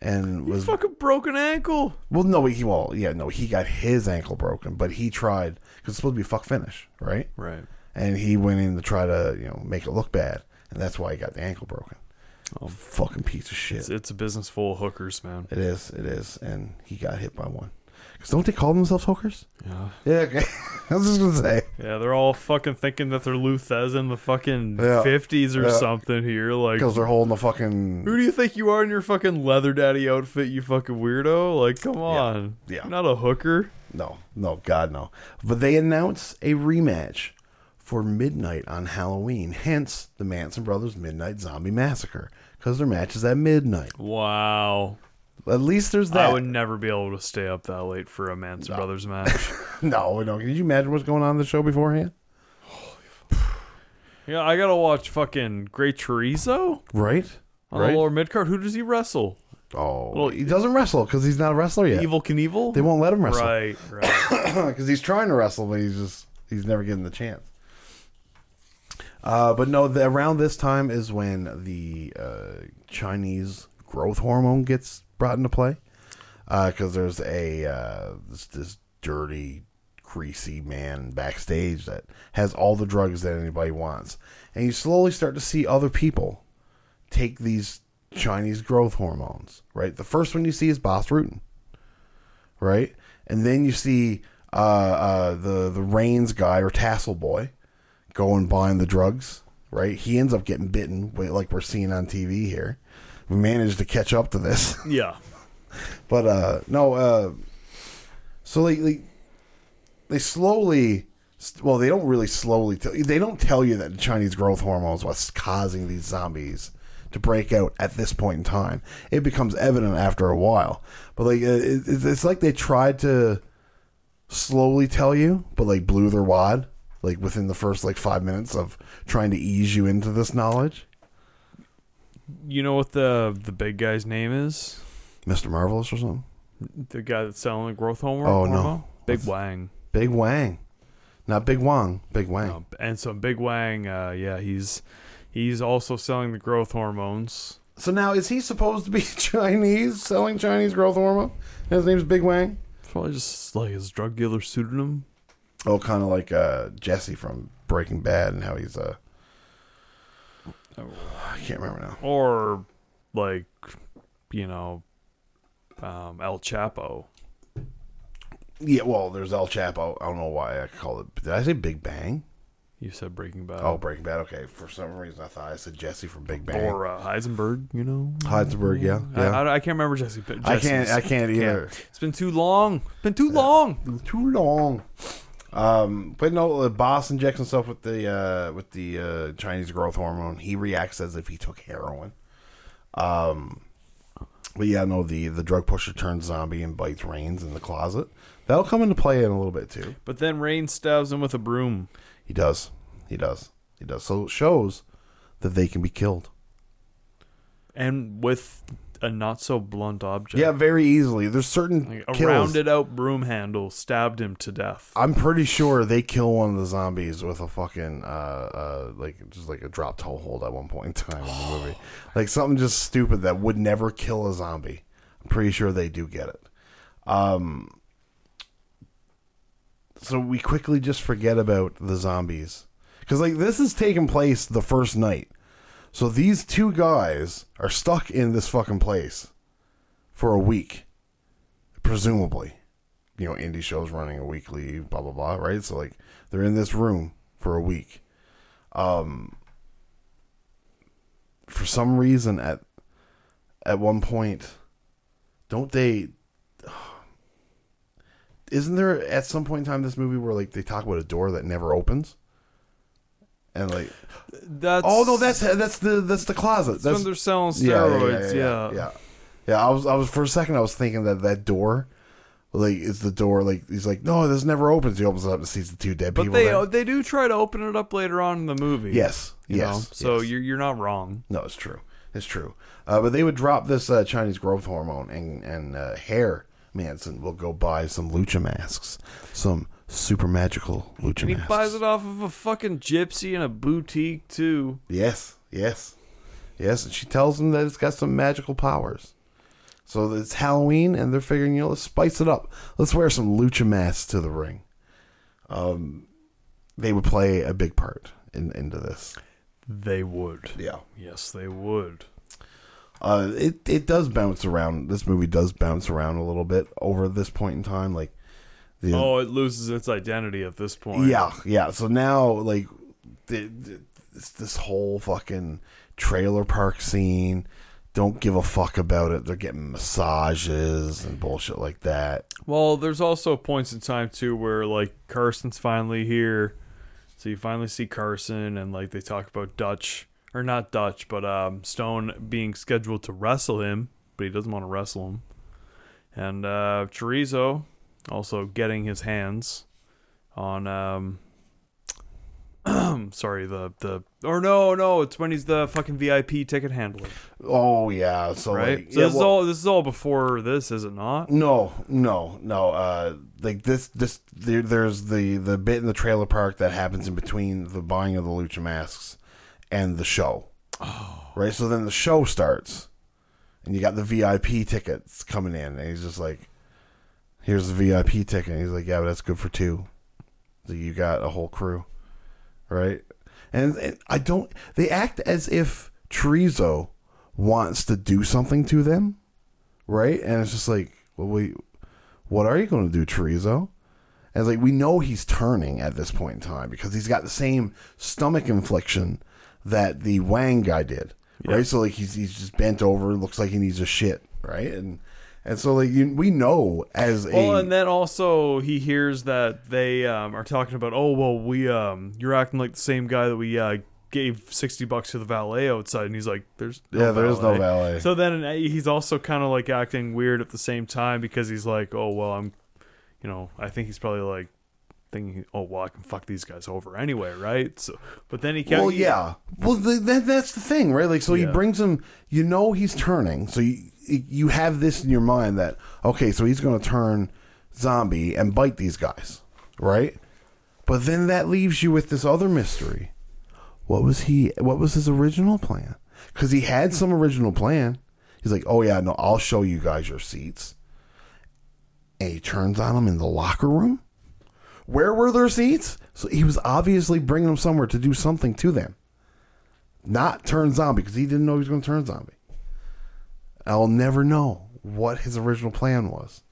Speaker 1: and was
Speaker 2: Fucking broken ankle.
Speaker 1: well, no, he well, yeah, no, he got his ankle broken, but he tried because it's supposed to be a fuck finish, right?
Speaker 2: Right.
Speaker 1: and he went in to try to you know make it look bad, and that's why he got the ankle broken. Oh, fucking piece of shit!
Speaker 2: It's, it's a business full of hookers, man.
Speaker 1: It is, it is, and he got hit by one. Cause don't they call themselves hookers?
Speaker 2: Yeah.
Speaker 1: Yeah, okay. I was just gonna say.
Speaker 2: Yeah, they're all fucking thinking that they're Luthes in the fucking
Speaker 1: Yeah.
Speaker 2: 50s or
Speaker 1: Yeah.
Speaker 2: something here. Like,
Speaker 1: Because they're holding the fucking.
Speaker 2: who do you think you are in your fucking leather daddy outfit, you fucking weirdo? Like, come on.
Speaker 1: Yeah.
Speaker 2: You're not a hooker.
Speaker 1: No, no, God, no. But they announce a rematch for Midnight on Halloween, hence the Manson Brothers Midnight Zombie Massacre, because their match is at midnight.
Speaker 2: Wow.
Speaker 1: At least there's that.
Speaker 2: I would never be able to stay up that late for a Manson Brothers match.
Speaker 1: No, no. Can you imagine what's going on in the show beforehand?
Speaker 2: yeah, I gotta watch fucking Great Chorizo
Speaker 1: Right?
Speaker 2: on
Speaker 1: Right?
Speaker 2: the lower mid card. Who does he wrestle?
Speaker 1: Oh,
Speaker 2: Well,
Speaker 1: he doesn't wrestle because he's not a wrestler yet.
Speaker 2: Evil Knievel?
Speaker 1: They won't let him wrestle
Speaker 2: Right, right.
Speaker 1: because he's trying to wrestle, but he's just he's never getting the chance. Uh, but no, the, around this time is when the uh, Chinese growth hormone gets brought into play because there's a uh, this, this dirty, greasy man backstage that has all the drugs that anybody wants, and you slowly start to see other people take these Chinese growth hormones. Right, the first one you see is Boss Rutan right? And then you see uh, uh, the the Reigns guy or Tassel Boy go and buying the drugs, right? He ends up getting bitten, wa- like we're seeing on TV here. We managed to catch up to this,
Speaker 2: yeah.
Speaker 1: but uh, no. Uh, so like, like they slowly, well, they don't really slowly tell you. They don't tell you that the Chinese growth hormone is what's causing these zombies to break out at this point in time. It becomes evident after a while, but like uh, it, it's it's like they tried to slowly tell you, but like blew their wad like within the first like five minutes of trying to ease you into this knowledge.
Speaker 2: You know what the the big guy's name is?
Speaker 1: Mister Marvelous or something.
Speaker 2: The guy that's selling the growth hormone?
Speaker 1: Oh, no.
Speaker 2: hormone? Big Wang.
Speaker 1: Big Wang, not Big Wang. Big Wang.
Speaker 2: Um, and so Big Wang, uh, yeah, he's he's also selling the growth hormones.
Speaker 1: So now is he supposed to be Chinese selling Chinese growth hormone? And his name's Big Wang.
Speaker 2: Probably just like his drug dealer pseudonym.
Speaker 1: Oh, kind of like uh, Jesse from Breaking Bad and how he's uh, I can't remember now.
Speaker 2: Or like, you know, um, El Chapo.
Speaker 1: Yeah, well, there's El Chapo. I don't know why I called it. Did I say Big Bang?
Speaker 2: You said Breaking Bad.
Speaker 1: Oh, Breaking Bad. Okay, for some reason I thought I said Jesse from Big Bang.
Speaker 2: Or uh, Heisenberg, you know?
Speaker 1: Heisenberg. Yeah,
Speaker 2: I-
Speaker 1: yeah.
Speaker 2: I, I, can't remember Jesse. But
Speaker 1: I, can't. I can't either.
Speaker 2: It's been too long. It's been too long.
Speaker 1: Too long. Um, but no, the boss injects himself with the uh, with the uh, Chinese growth hormone. He reacts as if he took heroin. Um, But yeah, no, the the drug pusher turns zombie and bites Reigns in the closet. That'll come into play in a little bit too.
Speaker 2: But then Rain stabs him with a broom.
Speaker 1: He does. He does. He does. So it shows that they can be killed.
Speaker 2: And with a not so blunt object.
Speaker 1: Yeah, very easily. There's certain
Speaker 2: Like a
Speaker 1: kills. Uh,
Speaker 2: rounded out broom handle stabbed him to death.
Speaker 1: I'm pretty sure they kill one of the zombies with a fucking uh, uh like just like a drop toe hold at one point in time in the movie, like something just stupid that would never kill a zombie. I'm pretty sure they do get it. Um, so we quickly just forget about the zombies because like this is taking place the first night, so these two guys are stuck in this fucking place for a week, presumably you know indie shows running a weekly blah blah blah right so like they're in this room for a week um for some reason at at one point don't they isn't there at some point in time in this movie where like they talk about a door that never opens and like
Speaker 2: That's
Speaker 1: oh no that's that's the that's the closet
Speaker 2: that's
Speaker 1: that's
Speaker 2: when they're selling steroids. Yeah,
Speaker 1: yeah, yeah. Yeah, I was, I was for a second, I was thinking that that door, like, is the door. Like, he's like, no, this never opens. He opens it up and sees the two dead
Speaker 2: But
Speaker 1: people.
Speaker 2: they uh,
Speaker 1: there.
Speaker 2: they do try to open it up later on in the movie.
Speaker 1: yes,
Speaker 2: you
Speaker 1: yes.
Speaker 2: know? So
Speaker 1: yes.
Speaker 2: you're you're not wrong.
Speaker 1: no, it's true, it's true. Uh, but they would drop this uh, Chinese growth hormone, and and uh, Hair Manson will go buy some lucha masks, some super magical lucha
Speaker 2: And he
Speaker 1: masks.
Speaker 2: buys it off of a fucking gypsy in a boutique too.
Speaker 1: Yes, yes, yes. And she tells him that it's got some magical powers. So it's Halloween, and they're figuring, you know, let's spice it up. Let's wear some lucha masks to the ring. Um, they would play a big part in into this.
Speaker 2: They would.
Speaker 1: Yeah.
Speaker 2: Yes, they would.
Speaker 1: Uh, it it does bounce around. This movie does bounce around a little bit over this point in time. Like, the,
Speaker 2: Oh, it loses its identity at this point.
Speaker 1: Yeah, yeah. So now, like, the, the, it's this whole fucking trailer park scene, don't give a fuck about it. They're getting massages and bullshit like that.
Speaker 2: Well, there's also points in time too where like Carson's finally here, so you finally see Carson, and like they talk about Dutch or not Dutch, but um, Stone being scheduled to wrestle him, but he doesn't want to wrestle him, and uh, Chorizo also getting his hands on um. sorry, the the or no no, it's when he's the fucking VIP ticket handler,
Speaker 1: Oh yeah, so
Speaker 2: right?
Speaker 1: like,
Speaker 2: so
Speaker 1: yeah,
Speaker 2: this is
Speaker 1: well-
Speaker 2: all this is all before this, is it not?
Speaker 1: No, no, no. Uh, like this, this there, there's the the bit in the trailer park that happens in between the buying of the lucha masks and the show. Oh. Right. So then the show starts, and you got the VIP tickets coming in, and he's just like, "Here's the VIP ticket." And he's like, "Yeah, but that's good for two. So you got a whole crew, right?" And, and I don't. They act as if Chorizo wants to do something to them right? And it's just like, well, we, what are you going to do, Chorizo? And it's like we know he's turning at this point in time because he's got the same stomach infliction that the Wang guy did, right? So like he's he's just bent over, looks like he needs a shit, right? And and so like you, we know as a
Speaker 2: Well, and then also he hears that they um, are talking about, oh well, we um, you're acting like the same guy that we uh, gave sixty bucks to the valet outside, and he's like, there's no
Speaker 1: yeah, there is no valet.
Speaker 2: So then uh, he's also kind of like acting weird at the same time because he's like, oh well, I'm, you know, I think he's probably like thinking, oh well, I can fuck these guys over anyway, right? So, but then he kept,
Speaker 1: Well, yeah. Well, th that, that's the thing, right? Like, so
Speaker 2: Yeah.
Speaker 1: he brings him. You know, he's turning. So you you have this in your mind that okay, so he's going to turn zombie and bite these guys, right? But then that leaves you with this other mystery. What was he? What was his original plan? Because he had some original plan. He's like, oh yeah, no, I'll show you guys your seats. And he turns on him in the locker room. Where were their seats? So he was obviously bringing them somewhere to do something to them. Not turn zombie because he didn't know he was going to turn zombie. I'll never know what his original plan was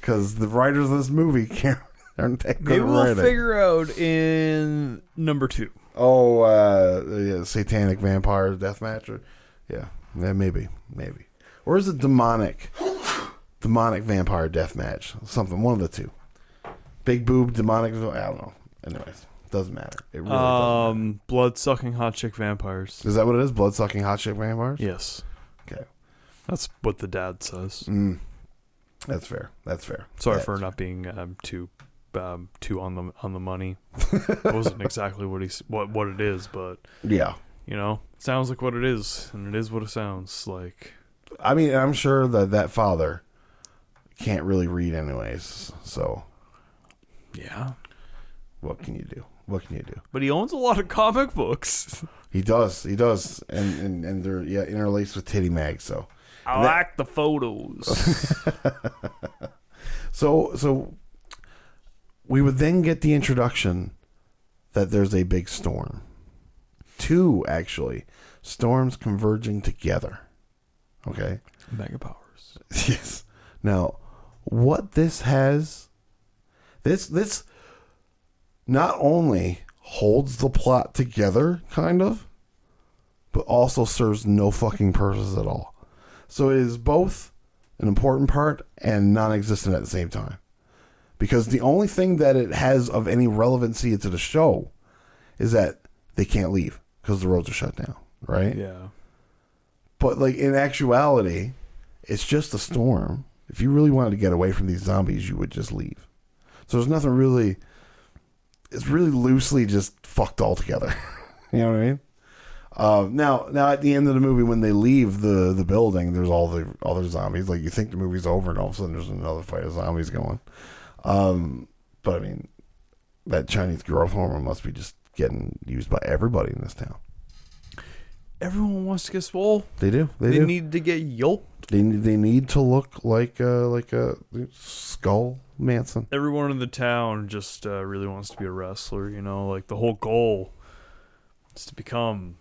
Speaker 1: because the writers of this movie can't aren't that good
Speaker 2: Maybe
Speaker 1: at
Speaker 2: we'll
Speaker 1: writing.
Speaker 2: figure out in number two.
Speaker 1: oh, uh, yeah, satanic vampire deathmatch. Or, yeah, yeah, maybe, maybe. Or is it demonic? demonic vampire deathmatch. Something. One of the two. Big boob demonic. I don't know. Anyways, doesn't matter. It really doesn't.
Speaker 2: Um, blood sucking hot chick vampires.
Speaker 1: Is that what it is? Blood sucking hot shit vampires?
Speaker 2: Yes.
Speaker 1: Okay.
Speaker 2: That's what the dad says.
Speaker 1: Mm. That's fair. That's fair.
Speaker 2: Sorry
Speaker 1: That's
Speaker 2: for not being um, too um, too on the on the money. it wasn't exactly what he s- what what it is, but
Speaker 1: Yeah.
Speaker 2: you know, sounds like what it is, and it is what it sounds like.
Speaker 1: I mean, I'm sure that that father can't really read, anyways. So
Speaker 2: Yeah,
Speaker 1: what can you do? What can you do?
Speaker 2: but he owns a lot of comic books.
Speaker 1: He does. He does. And and, and they're yeah interlaced with titty mag. So
Speaker 2: I like the photos.
Speaker 1: so so we would then get the introduction that there's a big storm. Two actually storms converging together. Okay.
Speaker 2: Mega powers.
Speaker 1: Yes. Now, what this has this this not only holds the plot together kind of but also serves no fucking purpose at all. So it is both an important part and non-existent at the same time. Because the only thing that it has of any relevancy to the show is that they can't leave because the roads are shut down, right?
Speaker 2: Yeah.
Speaker 1: But like in actuality, it's just a storm. If you really wanted to get away from these zombies, you would just leave. So there's nothing really. It's really loosely just fucked all together. you know what I mean? Uh, now, now at the end of the movie, when they leave the the building, there's all the other zombies. Like you think the movie's over, and all of a sudden there's another fight of zombies going. Um, but I mean, that Chinese growth hormone must be just getting used by everybody in this town.
Speaker 2: Everyone wants to get swole.
Speaker 1: They do. They,
Speaker 2: They,
Speaker 1: do.
Speaker 2: need to get yelped.
Speaker 1: They they need to look like a like a skull Manson.
Speaker 2: Everyone in the town just uh, really wants to be a wrestler. You know, like the whole goal is to become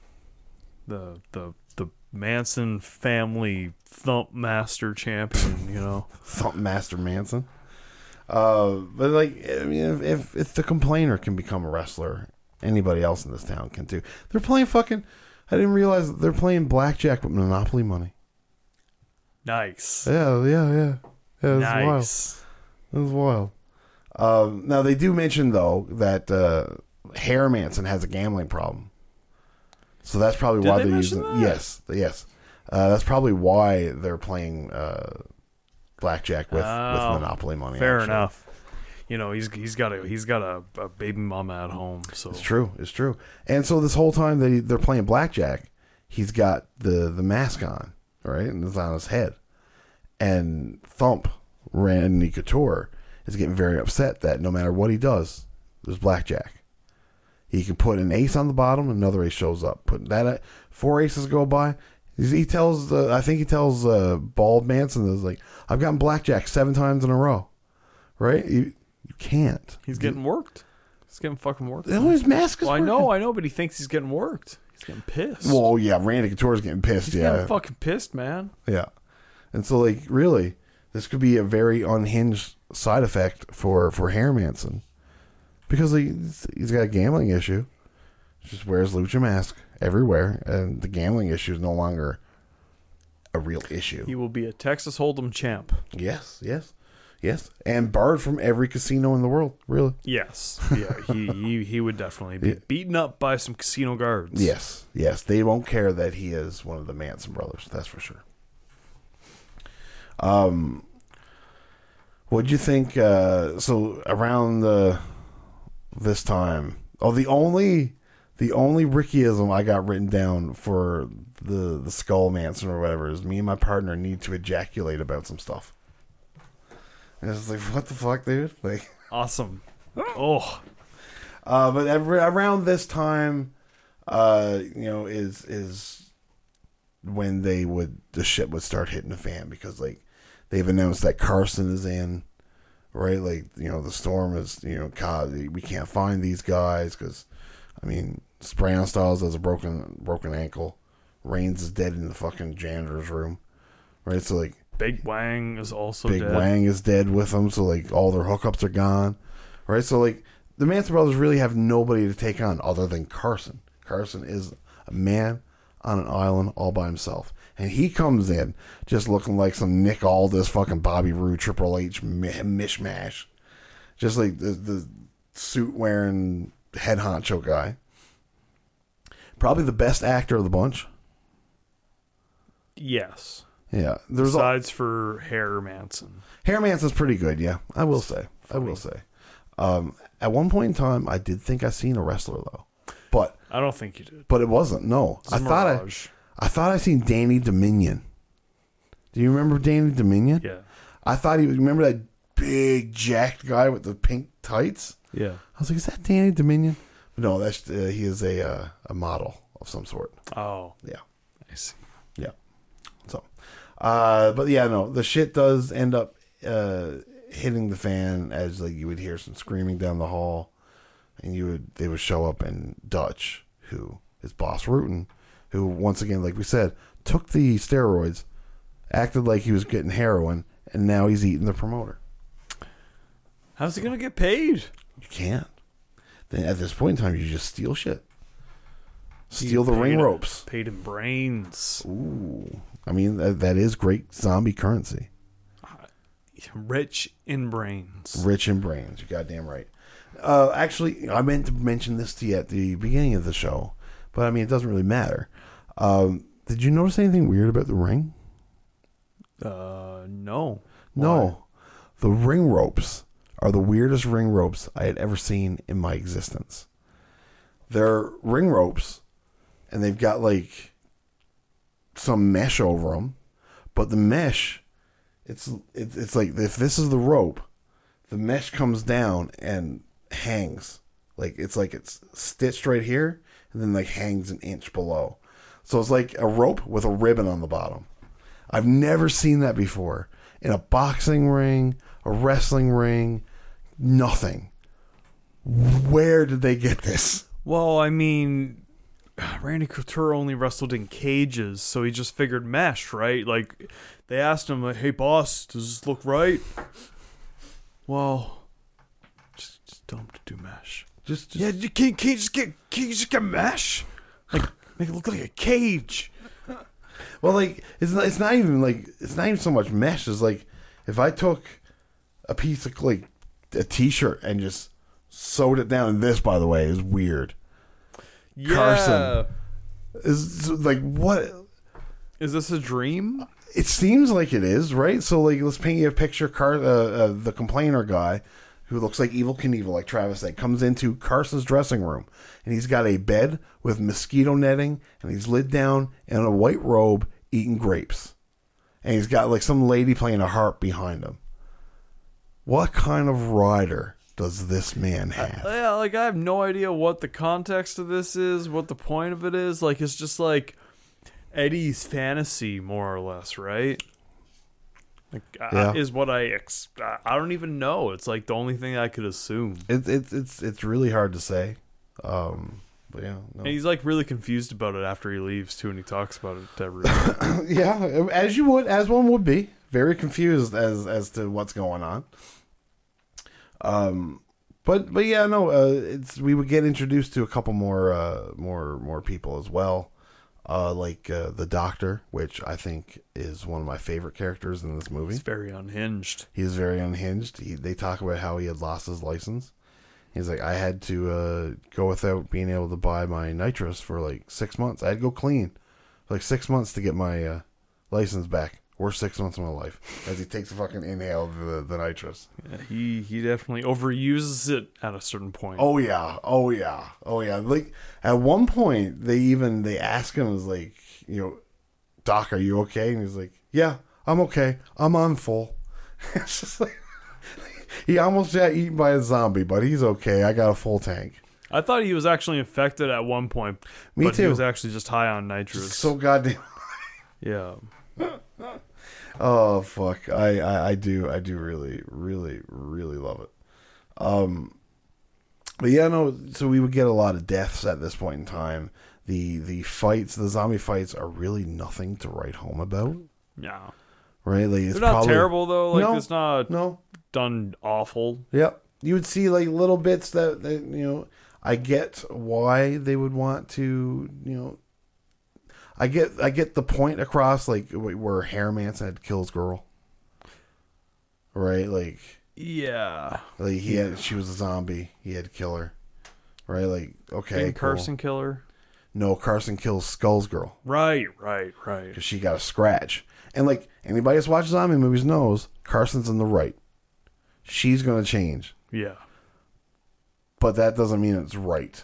Speaker 2: the the the Manson family thump master champion. You know.
Speaker 1: Thump Master Manson. Uh, but like, I mean, if, if if the complainer can become a wrestler, anybody else in this town can too. They're playing fucking. I didn't realize that they're playing blackjack with Monopoly money.
Speaker 2: Nice.
Speaker 1: Yeah, yeah, yeah. Yeah, it was wild.
Speaker 2: nice.
Speaker 1: It was wild. Um, now they do mention though that uh, Hair Manson has a gambling problem, so that's probably
Speaker 2: Did
Speaker 1: why
Speaker 2: they
Speaker 1: they're
Speaker 2: mention
Speaker 1: using.
Speaker 2: that?
Speaker 1: Yes, yes. Uh, that's probably why they're playing uh, blackjack with,
Speaker 2: Oh,
Speaker 1: with Monopoly money.
Speaker 2: Fair
Speaker 1: actually.
Speaker 2: enough. You know, he's he's got a he's got a, a baby mama at home, so
Speaker 1: It's true. It's true. And so this whole time they they're playing blackjack, he's got the the mask on, right, and it's on his head. And Thump Randy Couture is getting very upset that no matter what he does, there's blackjack. He can put an ace on the bottom, another ace shows up. Put that at, four aces go by. He's- He tells, uh, I think he tells uh, Bald Manson, is like, I've gotten blackjack seven times in a row, right? You, you can't.
Speaker 2: he's getting worked. He's getting fucking worked.
Speaker 1: Oh, his mask is
Speaker 2: Well, I
Speaker 1: working.
Speaker 2: know, I know, but he thinks he's getting worked. He's getting pissed.
Speaker 1: Well, yeah, Randy Couture's getting pissed.
Speaker 2: he's
Speaker 1: yeah,
Speaker 2: getting fucking pissed, man.
Speaker 1: yeah. And so, like, really, this could be a very unhinged side effect for for Hair Manson because like, he's- he's got a gambling issue. Just wears lucha mask everywhere, and the gambling issue is no longer a real issue.
Speaker 2: He will be a Texas Hold'em champ.
Speaker 1: yes, yes, yes, and barred from every casino in the world. Really?
Speaker 2: Yes. Yeah, he, he he would definitely be beaten up by some casino guards.
Speaker 1: Yes, yes. They won't care that he is one of the Manson brothers. That's for sure. Um, what'd you think? Uh, so around the this time, oh, the only the only Rickyism I got written down for the the skull Manson or whatever is me and my partner need to ejaculate about some stuff. And it's like, what the fuck, dude? Like.
Speaker 2: Awesome. Oh,
Speaker 1: Uh, but every, around this time, uh, you know, is is when they would the shit would start hitting the fan because like they've announced that Carson is in, right? Like you know, the storm is you know, God, we can't find these guys because, I mean, Brown Styles has a broken broken ankle, Reigns is dead in the fucking janitor's room, right? So like
Speaker 2: Big Wang is also
Speaker 1: Big
Speaker 2: dead.
Speaker 1: Wang is dead with them, so like all their hookups are gone, right? So like the Manson brothers really have nobody to take on other than Carson. Carson is a man on an island all by himself, and he comes in just looking like some Nick Aldis, fucking Bobby Roode, Triple H mi- mishmash, just like the, the suit wearing head honcho guy. Probably the best actor of the bunch.
Speaker 2: Yes.
Speaker 1: Yeah, there's a,
Speaker 2: Besides for Hair Manson.
Speaker 1: Hair Manson's pretty good, yeah. I will say. I will say. Um, at one point in time, I did think I seen a wrestler though, but
Speaker 2: I don't think you did.
Speaker 1: but it wasn't. No,
Speaker 2: It's a
Speaker 1: I thought I,
Speaker 2: mirage.
Speaker 1: I thought I seen Danny Dominion. Do you remember Danny Dominion?
Speaker 2: Yeah.
Speaker 1: I thought he was. Remember that big jacked guy with the pink tights?
Speaker 2: Yeah.
Speaker 1: I was like, is that Danny Dominion? No, that's uh, he is a uh, a model of some sort.
Speaker 2: Oh,
Speaker 1: Yeah.
Speaker 2: I see.
Speaker 1: Yeah. So, uh, but yeah, no, the shit does end up uh, hitting the fan as like you would hear some screaming down the hall, and you would they would show up and Dutch, who is Boss Rutan, who once again, like we said, took the steroids, acted like he was getting heroin, and now he's eating the promoter.
Speaker 2: How's he gonna get paid?
Speaker 1: You can't. Then at this point in time, you just steal shit.
Speaker 2: He
Speaker 1: Steal the ring
Speaker 2: paid-
Speaker 1: ropes.
Speaker 2: Paid in brains.
Speaker 1: Ooh. I mean, that, that is great zombie currency.
Speaker 2: Rich in brains.
Speaker 1: Rich in brains. You're goddamn right. Uh, actually, I meant to mention this to you at the beginning of the show, but I mean, it doesn't really matter. Um, did you notice anything weird about the ring?
Speaker 2: Uh, no. Why?
Speaker 1: No. The ring ropes are the weirdest ring ropes I had ever seen in my existence. They're ring ropes, and they've got like some mesh over them, but the mesh, it's it, it's like if this is the rope, the mesh comes down and hangs. Like it's like it's stitched right here, and then like hangs an inch below. So it's like a rope with a ribbon on the bottom. I've never seen that before in a boxing ring, a wrestling ring, nothing. Where did they get this?
Speaker 2: Well, I mean, Randy Couture only wrestled in cages, so he just figured mesh, right? Like, they asked him, like, "Hey, boss, does this look right?" Well, just, just tell him to do mesh.
Speaker 1: Just,
Speaker 2: yeah, you can't, can't you just get can't you just get mesh? Like, make it look like a cage.
Speaker 1: Well, like it's not, it's not even like it's not even so much mesh. It's like if I took a piece of like a t-shirt and just sewed it down. And this, by the way, is weird.
Speaker 2: Yeah.
Speaker 1: Carson. Is like what
Speaker 2: Is this a dream?
Speaker 1: it seems like it is right. So like let's paint you a picture. Car uh, uh, the complainer guy. Who looks like Evil Knievel, like Travis said, comes into Carson's dressing room and he's got a bed with mosquito netting and he's lid down in a white robe eating grapes. And he's got like some lady playing a harp behind him. What kind of rider does this man have?
Speaker 2: Yeah, like I have no idea what the context of this is, what the point of it is. Like it's just like Eddie's fantasy, more or less, right? Like I-
Speaker 1: Yeah.
Speaker 2: is what I ex- I I don't even know. It's like the only thing I could assume.
Speaker 1: It's it's it's it's really hard to say. Um, but yeah, no.
Speaker 2: And he's like really confused about it after he leaves too, and he talks about it to everyone.
Speaker 1: yeah, as you would, as one would be, very confused as as to what's going on. Um, but but yeah, no, uh, it's we would get introduced to a couple more uh more more people as well. Uh, like uh, the Doctor, which I think is one of my favorite characters in this movie.
Speaker 2: he's very unhinged.
Speaker 1: He is very unhinged. He, they talk about how he had lost his license. He's like, I had to uh, go without being able to buy my nitrous for like six months. I had to go clean for like six months to get my uh, license back. Worst six months of my life. As he takes a fucking inhale of the, the nitrous.
Speaker 2: Yeah, he he definitely overuses it at a certain point.
Speaker 1: Oh yeah, oh yeah, oh yeah. Like at one point, they even they ask him is like, you know, Doc, are you okay? And he's like, Yeah, I'm okay. I'm on full. it's just like he almost got eaten by a zombie, but he's okay. I got a full tank.
Speaker 2: I thought he was actually infected at one point.
Speaker 1: Me
Speaker 2: but He
Speaker 1: too.
Speaker 2: was actually just high on nitrous.
Speaker 1: So goddamn.
Speaker 2: yeah.
Speaker 1: Oh fuck. I, I I do I do really really really love it. Um, but yeah, no. So we would get a lot of deaths at this point in time. The the fights, the zombie fights, are really nothing to write home about.
Speaker 2: Yeah.
Speaker 1: right? Like it's
Speaker 2: They're not
Speaker 1: probably,
Speaker 2: terrible though. Like
Speaker 1: No.
Speaker 2: it's not
Speaker 1: No,
Speaker 2: done awful.
Speaker 1: yep. You would see like little bits that, that you know. I get why they would want to, you know. I get I get the point across, like wh- where Hair Manson had to kill his girl, right? Like
Speaker 2: Yeah.
Speaker 1: like he had she was a zombie, he had to kill her, right? Like okay,
Speaker 2: Big
Speaker 1: cool.
Speaker 2: Carson killer.
Speaker 1: No, Carson kills Skull's girl.
Speaker 2: Right, right, right.
Speaker 1: because she got a scratch. And like anybody that's watched zombie movies knows, Carson's in the right. She's gonna change,
Speaker 2: Yeah.
Speaker 1: but that doesn't mean it's right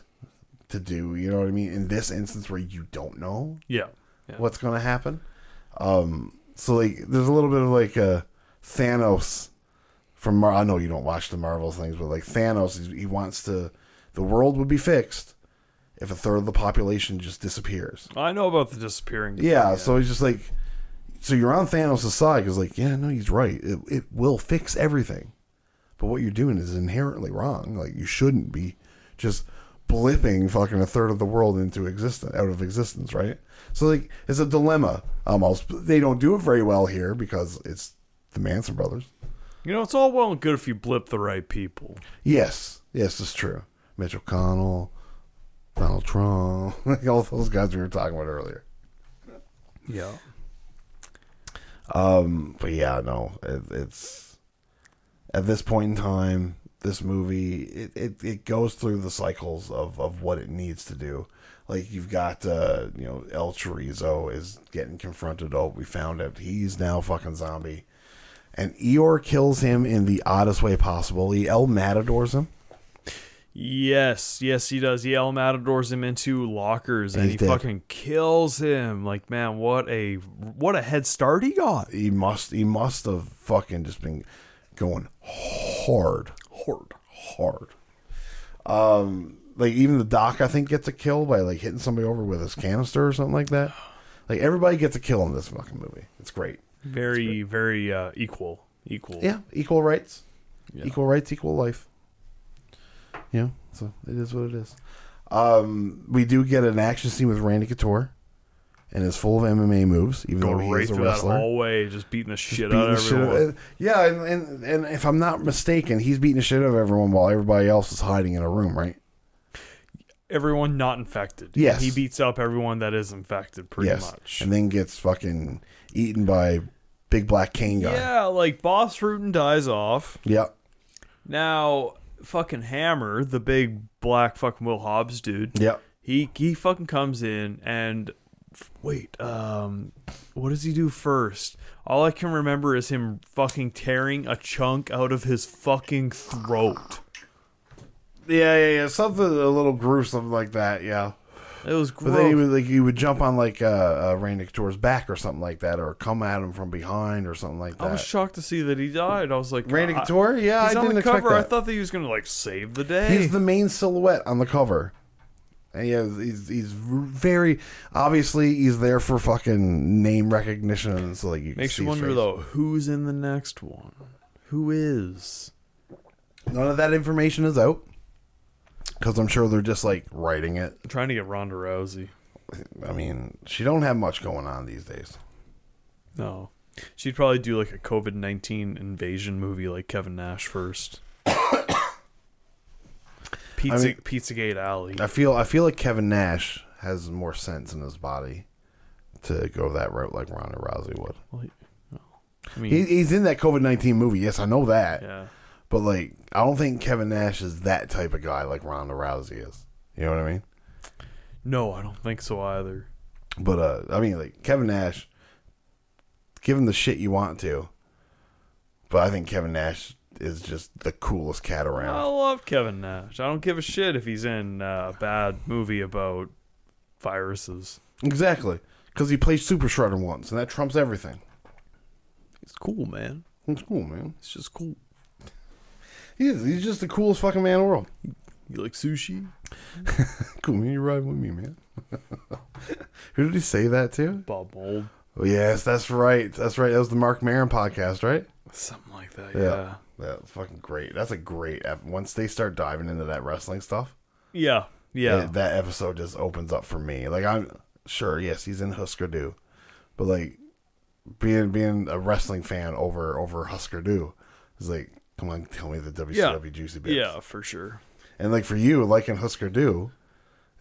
Speaker 1: to do. You know what I mean? In this instance where you don't know
Speaker 2: Yeah. Yeah.
Speaker 1: what's gonna happen, um, so like there's a little bit of like a Thanos from Mar- I know you don't watch the Marvel things, but like Thanos, he- he wants to. The world would be fixed if a third of the population just disappears.
Speaker 2: I know about the disappearing.
Speaker 1: Yeah, so he's just like, so you're on Thanos' side because, like, yeah, no, he's right. It, it will fix everything. But what you're doing is inherently wrong. Like, you shouldn't be just blipping fucking a third of the world into existence, out of existence, right? So, like, it's a dilemma almost. They don't do it very well here because it's the Manson brothers.
Speaker 2: You know, it's all well and good if you blip the right people.
Speaker 1: Yes, yes, it's true. Mitch O'Connell, Donald Trump, like all those guys we were talking about earlier.
Speaker 2: Yeah.
Speaker 1: Um, but yeah, no, it, it's at this point in time, this movie it, it, it goes through the cycles of, of what it needs to do. Like you've got uh, you know, El Chorizo is getting confronted. Oh, we found out he's now a fucking zombie. And Eeyore kills him in the oddest way possible. He El Matadors him.
Speaker 2: Yes, yes, he does. He El Matadors him into lockers, and
Speaker 1: He's
Speaker 2: he
Speaker 1: dead.
Speaker 2: fucking kills him. Like, man, what a what a head start he got.
Speaker 1: He must he must have fucking just been going hard. Hard. Hard. Um, like even the doc, I think, gets a kill by like hitting somebody over with his canister or something like that. Like everybody gets a kill in this fucking movie. It's great.
Speaker 2: Very, very uh, equal, equal.
Speaker 1: Yeah, equal rights,
Speaker 2: Yeah.
Speaker 1: equal rights, equal life. Yeah, so it is what it is. Um, we do get an action scene with Randy Couture, and it's full of MMA moves, even
Speaker 2: Going
Speaker 1: though Oh, he
Speaker 2: right
Speaker 1: is a
Speaker 2: through that
Speaker 1: wrestler.
Speaker 2: hallway, just beating the shit out
Speaker 1: beating
Speaker 2: of
Speaker 1: the shit out-
Speaker 2: everyone.
Speaker 1: uh, yeah, and, and and if I'm not mistaken, he's beating the shit out of everyone while everybody else is hiding in a room, right?
Speaker 2: everyone not infected.
Speaker 1: Yes.
Speaker 2: He beats up everyone that is infected pretty
Speaker 1: yes,
Speaker 2: much.
Speaker 1: and then gets fucking eaten by big black cane guy.
Speaker 2: Yeah, like Boss Rootin dies off.
Speaker 1: Yep.
Speaker 2: Now, fucking Hammer, the big black fucking Will Hobbs dude,
Speaker 1: Yep.
Speaker 2: he he fucking comes in and wait, um, what does he do first? All I can remember is him fucking tearing a chunk out of his fucking throat.
Speaker 1: Yeah, yeah, yeah. Something a little gruesome like that. Yeah.
Speaker 2: It was
Speaker 1: But then he
Speaker 2: gross.
Speaker 1: would like he would jump on like uh, uh Randy Couture's back or something like that, or come at him from behind or something like
Speaker 2: I was
Speaker 1: that.
Speaker 2: shocked to see that he died. I was like,
Speaker 1: Randy
Speaker 2: I-
Speaker 1: Couture, yeah,
Speaker 2: he's
Speaker 1: Oh, I
Speaker 2: on
Speaker 1: didn't
Speaker 2: the
Speaker 1: expect
Speaker 2: cover.
Speaker 1: that.
Speaker 2: I thought that he was gonna like save the day.
Speaker 1: He's the main silhouette on the cover. And yeah, he's he's very obviously he's there for fucking name recognition. So like you can
Speaker 2: Makes
Speaker 1: see
Speaker 2: you
Speaker 1: his
Speaker 2: wonder
Speaker 1: face.
Speaker 2: though, who's in the next one? Who is?
Speaker 1: None of that information is out because I'm sure they're just like writing it.
Speaker 2: I'm trying to get Ronda Rousey.
Speaker 1: I mean, she don't have much going on these days.
Speaker 2: No. She'd probably do like a COVID 19 invasion movie like Kevin Nash first. Pizza,
Speaker 1: I mean-
Speaker 2: Pizzagate Alley.
Speaker 1: I feel I feel like Kevin Nash has more sense in his body to go that route like Ronda Rousey would.
Speaker 2: Like, no. I mean,
Speaker 1: He, he's in that COVID nineteen movie. Yes, I know that.
Speaker 2: yeah.
Speaker 1: But like, I don't think Kevin Nash is that type of guy like Ronda Rousey is. You know what I mean?
Speaker 2: No, I don't think so either.
Speaker 1: But uh, I mean, like Kevin Nash, give him the shit you want to. But I think Kevin Nash is just the coolest cat around.
Speaker 2: I love Kevin Nash. I don't give a shit if he's in uh, a bad movie about viruses.
Speaker 1: Exactly, because he played Super Shredder once, and that trumps everything.
Speaker 2: He's cool, man.
Speaker 1: It's cool, man.
Speaker 2: It's just cool.
Speaker 1: He is. He's just the coolest fucking man in the world.
Speaker 2: You like sushi?
Speaker 1: Cool, man. You ride with me, man. Who did he say that to?
Speaker 2: Bob Mold.
Speaker 1: Oh, yes, that's right. That's right. That was the Mark Maron podcast, right?
Speaker 2: Something like that,
Speaker 1: Yeah.
Speaker 2: yeah.
Speaker 1: That's fucking great. That's a great. Ep- Once they start diving into that wrestling stuff,
Speaker 2: Yeah. Yeah.
Speaker 1: it- that episode just opens up for me. Like I'm sure, yes, he's in Husker Du, but like being being a wrestling fan over over Husker Du is like, come on, tell me the WCW juicy bits.
Speaker 2: yeah, for sure.
Speaker 1: And like for you, liking Husker Du,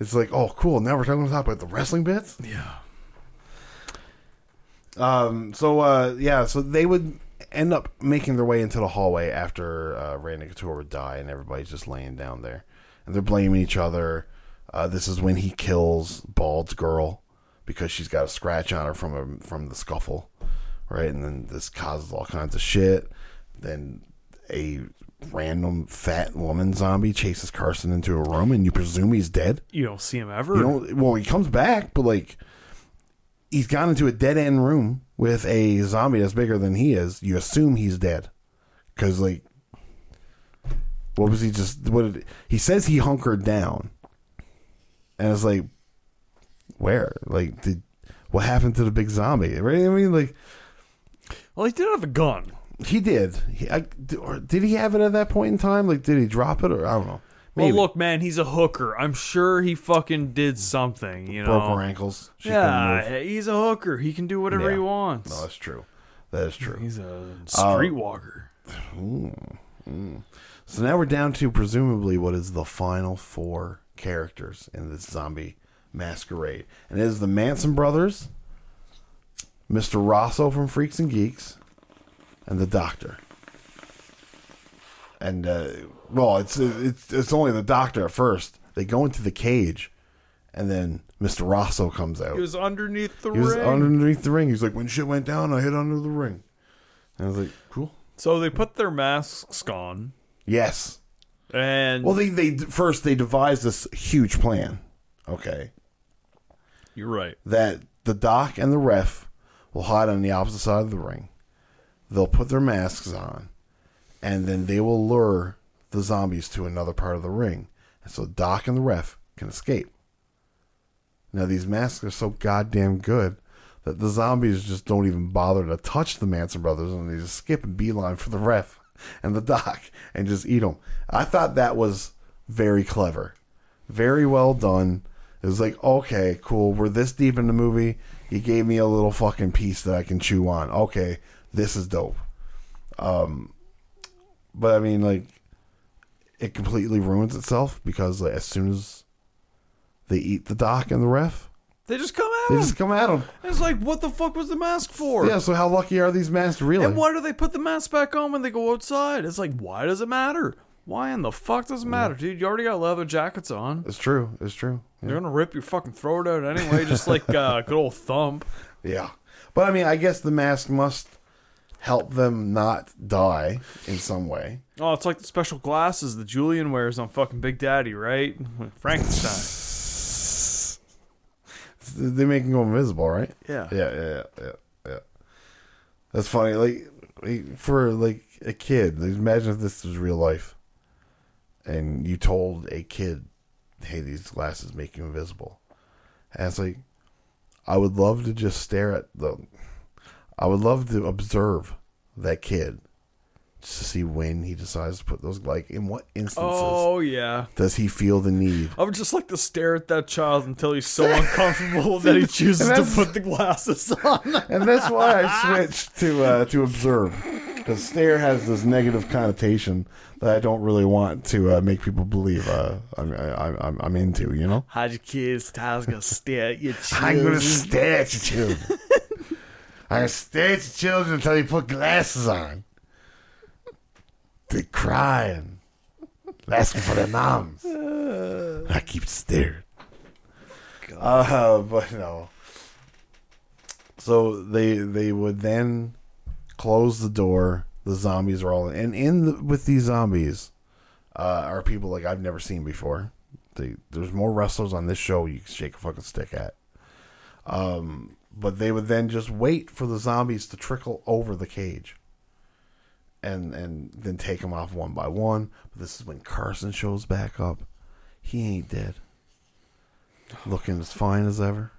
Speaker 1: it's like, oh, cool. Now we're talking about the wrestling bits.
Speaker 2: Yeah.
Speaker 1: Um, so uh, yeah, so they would end up making their way into the hallway after uh, Randy Couture would die, and everybody's just laying down there, and they're blaming each other. Uh, this is when he kills Bald's girl because she's got a scratch on her from a, from the scuffle, right? And then this causes all kinds of shit. Then a random fat woman zombie chases Carson into a room, and you presume he's dead.
Speaker 2: You don't see him ever.
Speaker 1: You know, well, he comes back, but like he's gone into a dead end room with a zombie that's bigger than he is. You assume he's dead because like what was he just? What did, he says he hunkered down, and it's like where? Like did what happened to the big zombie? Right? I mean, like
Speaker 2: Well, he did have a gun.
Speaker 1: he did. He, I, or did he have it at that point in time? Like did he drop it or I don't know. Maybe
Speaker 2: Well, look, man, he's a hooker. I'm sure he fucking did something, you know.
Speaker 1: broke her ankles. She couldn't move.
Speaker 2: yeah, he's a hooker. He can do whatever
Speaker 1: Yeah.
Speaker 2: he wants.
Speaker 1: no, that's true. That is true. Uh,
Speaker 2: he's a streetwalker.
Speaker 1: So now we're down to presumably what is the final four characters in this zombie masquerade. And it is the Manson brothers, Mr. Rosso from Freaks and Geeks, and the Doctor. And uh, well, it's it's it's only the Doctor at first. They go into the cage, and then Mr. Rosso comes out.
Speaker 2: he was underneath the
Speaker 1: He was
Speaker 2: ring.
Speaker 1: underneath the ring. He's like, when shit went down, I hid under the ring. And I was like, cool.
Speaker 2: so they put their masks on,
Speaker 1: Yes.
Speaker 2: and
Speaker 1: Well, they they first they devised this huge plan. Okay,
Speaker 2: you're right.
Speaker 1: that the doc and the ref will hide on the opposite side of the ring. They'll put their masks on, and then they will lure the zombies to another part of the ring, and so doc and the ref can escape. Now these masks are so goddamn good that the zombies just don't even bother to touch the Manson brothers, and they just skip and beeline for the ref and the doc and just eat them. I thought that was very clever, very well done. It was like, okay, cool. We're this deep in the movie. You gave me a little fucking piece that I can chew on. Okay, this is dope. Um, but I mean, like, it completely ruins itself because like, as soon as They eat the doc and the ref.
Speaker 2: They just come
Speaker 1: They
Speaker 2: out.
Speaker 1: just come at them.
Speaker 2: It's like, what the fuck was the mask for?
Speaker 1: Yeah. So how lucky are these masks really?
Speaker 2: And why do they put the mask back on when they go outside? It's like, why does it matter? Why in the fuck does it matter, dude? You already got leather jackets on.
Speaker 1: It's true. It's true.
Speaker 2: They're gonna rip your fucking throat out anyway, just like uh, good old thump.
Speaker 1: Yeah. But I mean, I guess the mask must help them not die in some way.
Speaker 2: Oh, it's like the special glasses that Julian wears on fucking Big Daddy, right? Frankenstein.
Speaker 1: They make him go invisible, right?
Speaker 2: Yeah.
Speaker 1: Yeah, yeah, yeah, yeah. That's funny. Like like, for like a kid, like, imagine if this was real life, and you told a kid, "Hey, these glasses make you invisible," and it's like, I would love to just stare at the, I would love to observe that kid, just to see when he decides to put those like in what instances
Speaker 2: Oh yeah.
Speaker 1: does he feel the need.
Speaker 2: I would just like to stare at that child until he's so uncomfortable that he chooses to
Speaker 1: that's-
Speaker 2: put the glasses on.
Speaker 1: and that's why I switched to uh, to observe because stare has this negative connotation that I don't really want to uh, make people believe uh, I'm, I, I'm I'm into. You know,
Speaker 2: How'd your kids? Tyler's gonna stare at your
Speaker 1: I'm gonna
Speaker 2: children.
Speaker 1: stare at your children. I'm gonna stare at your children until you put glasses on. They crying, asking for their moms. I keep staring. Uh, but no. So they they would then close the door. The zombies are all in, and in the, with these zombies uh, are people like I've never seen before. They, there's more wrestlers on this show you can shake a fucking stick at. Um, but they would then just wait for the zombies to trickle over the cage, and and then take them off one by one. But this is when Carson shows back up. He ain't dead looking as fine as ever.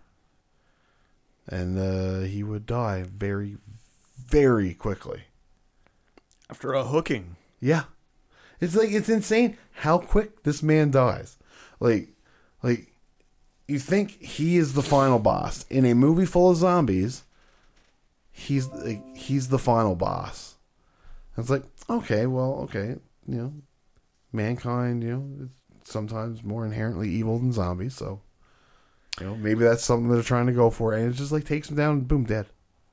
Speaker 1: And uh, he would die very, very quickly.
Speaker 2: After a hooking.
Speaker 1: Yeah, it's like it's insane how quick this man dies. Like, like you think he is the final boss in a movie full of zombies. He's like, he's the final boss. And it's like okay, well, okay, you know, mankind, you know, it's sometimes more inherently evil than zombies, so. You know, maybe that's something they're trying to go for, and it just like takes him down, and boom, dead.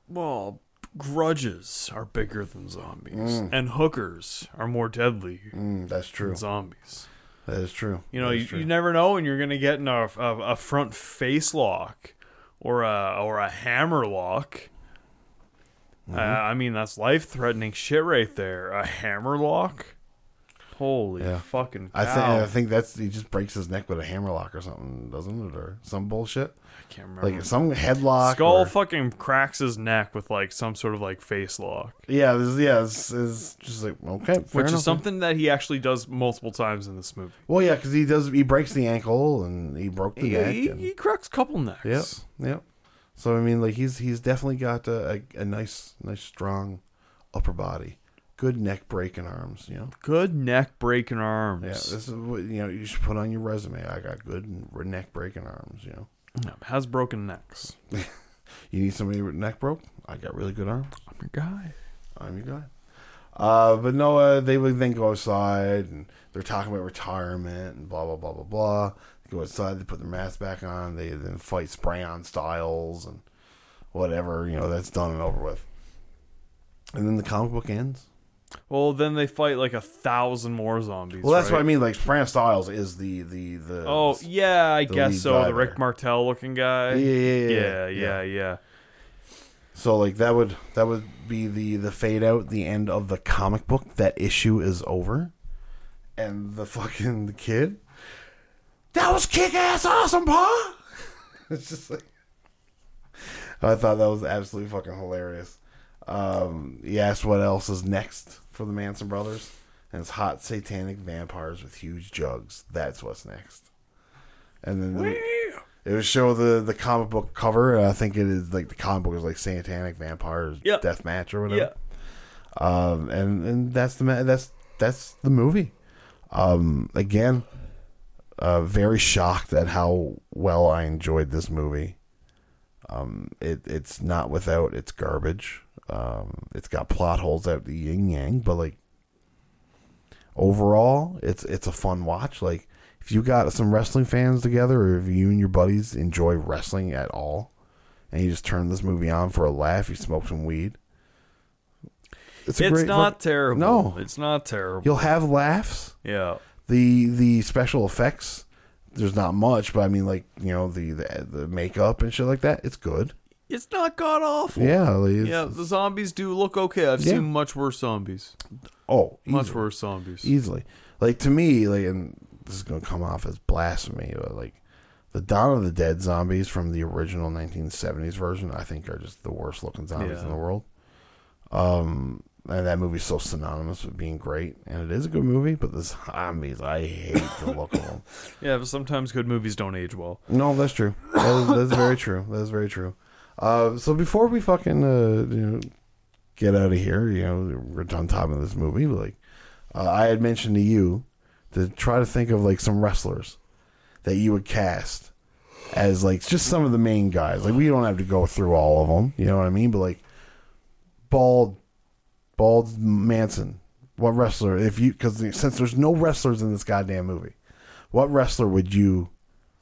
Speaker 2: Well, grudges are bigger than zombies, and hookers are more deadly
Speaker 1: Mm, that's true.
Speaker 2: than zombies.
Speaker 1: That is true.
Speaker 2: You know,
Speaker 1: That is
Speaker 2: you,
Speaker 1: true.
Speaker 2: you never know when you're gonna get in a, a, a front face lock or a or a hammer lock.
Speaker 1: Mm-hmm.
Speaker 2: Uh, I mean, that's life threatening shit right there. A hammer lock. Holy
Speaker 1: Yeah.
Speaker 2: fucking cow!
Speaker 1: I
Speaker 2: I,
Speaker 1: think I think that's he just breaks his neck with a hammerlock or something, doesn't it, or some bullshit
Speaker 2: can't remember.
Speaker 1: like some headlock.
Speaker 2: Skull
Speaker 1: or-
Speaker 2: fucking cracks his neck with like some sort of like face lock,
Speaker 1: yeah, this, is- yeah, it's, it's just like okay, fair
Speaker 2: which
Speaker 1: enough.
Speaker 2: is something that he actually does multiple times in this movie.
Speaker 1: Well, yeah, because he does he breaks the ankle and he broke the
Speaker 2: He,
Speaker 1: neck.
Speaker 2: he,
Speaker 1: and-
Speaker 2: he cracks a couple necks.
Speaker 1: Yep, yep. So I mean, like he's he's definitely got a, a, a nice nice strong upper body, good neck breaking arms. You know,
Speaker 2: Good neck breaking arms.
Speaker 1: yeah, this is what you know you should put on your resume. I got good neck breaking arms. You know,
Speaker 2: Yep, Has broken necks.
Speaker 1: you need somebody with neck broke. I got really good arms.
Speaker 2: I'm your guy.
Speaker 1: I'm your guy. Uh, but no, uh, they would then go outside and they're talking about retirement and blah blah blah blah blah. They go outside, they put their masks back on, they then fight spray on styles and whatever, you know, that's done and over with. And then the comic book ends.
Speaker 2: Well, then they fight like a thousand more zombies.
Speaker 1: Well, that's
Speaker 2: right?
Speaker 1: what I mean. Like spray on styles is the the the
Speaker 2: Oh yeah, I
Speaker 1: The lead
Speaker 2: guess so.
Speaker 1: guy
Speaker 2: The Rick
Speaker 1: there.
Speaker 2: Martel looking guy.
Speaker 1: yeah yeah yeah,
Speaker 2: yeah, yeah, yeah.
Speaker 1: So like that would that would be the the fade out, the end of the comic book. That issue is over, and the fucking kid. That was kick ass awesome, pa. it's just like I thought that was absolutely fucking hilarious. Um, he asked what else is next for the Manson brothers, and it's hot satanic vampires with huge jugs. That's what's next. And then the- it would show the the comic book cover. and I think it is like the comic book is like Satanic Vampires
Speaker 2: Yep.
Speaker 1: Death Match or
Speaker 2: Yeah.
Speaker 1: whatever. Um, and and that's the ma- that's that's the movie. Um, again, uh, very shocked at how well I enjoyed this movie. Um, it it's not without its garbage. Um, it's got plot holes out the yin yang, but like overall, it's it's a fun watch. Like if if you got some wrestling fans together, or if you and your buddies enjoy wrestling at all, and you just turn this movie on for a laugh, you smoke some weed.
Speaker 2: It's,
Speaker 1: a great
Speaker 2: not
Speaker 1: fuck-
Speaker 2: terrible.
Speaker 1: No.
Speaker 2: it's not terrible.
Speaker 1: You'll have laughs.
Speaker 2: Yeah,
Speaker 1: the the special effects there's not much but i mean like you know the the, the makeup and shit like that it's good
Speaker 2: it's not god awful.
Speaker 1: yeah like, it's-
Speaker 2: Yeah, the zombies do look okay. I've
Speaker 1: Yeah.
Speaker 2: seen much worse zombies.
Speaker 1: oh easily,
Speaker 2: Much worse zombies.
Speaker 1: easily like to me like and this is gonna come off as blasphemy but like the Dawn of the Dead zombies from the original 1970s version, I think, are just the worst looking zombies
Speaker 2: Yeah.
Speaker 1: in the world. Um, and that movie's so synonymous with being great, and it is a good movie. But the zombies, I hate the look of them.
Speaker 2: Yeah, but sometimes good movies don't age well.
Speaker 1: No, that's true. That is, that's very true. That is very true. Uh, so before we fucking uh, you know, get out of here, you know, we're on top of this movie. but, Like uh, I had mentioned to you to try to think of like some wrestlers that you would cast as like just some of the main guys. Like we don't have to go through all of them. You know what I mean? But like bald, bald Manson. What wrestler? If you because since there's no wrestlers in this goddamn movie, what wrestler would you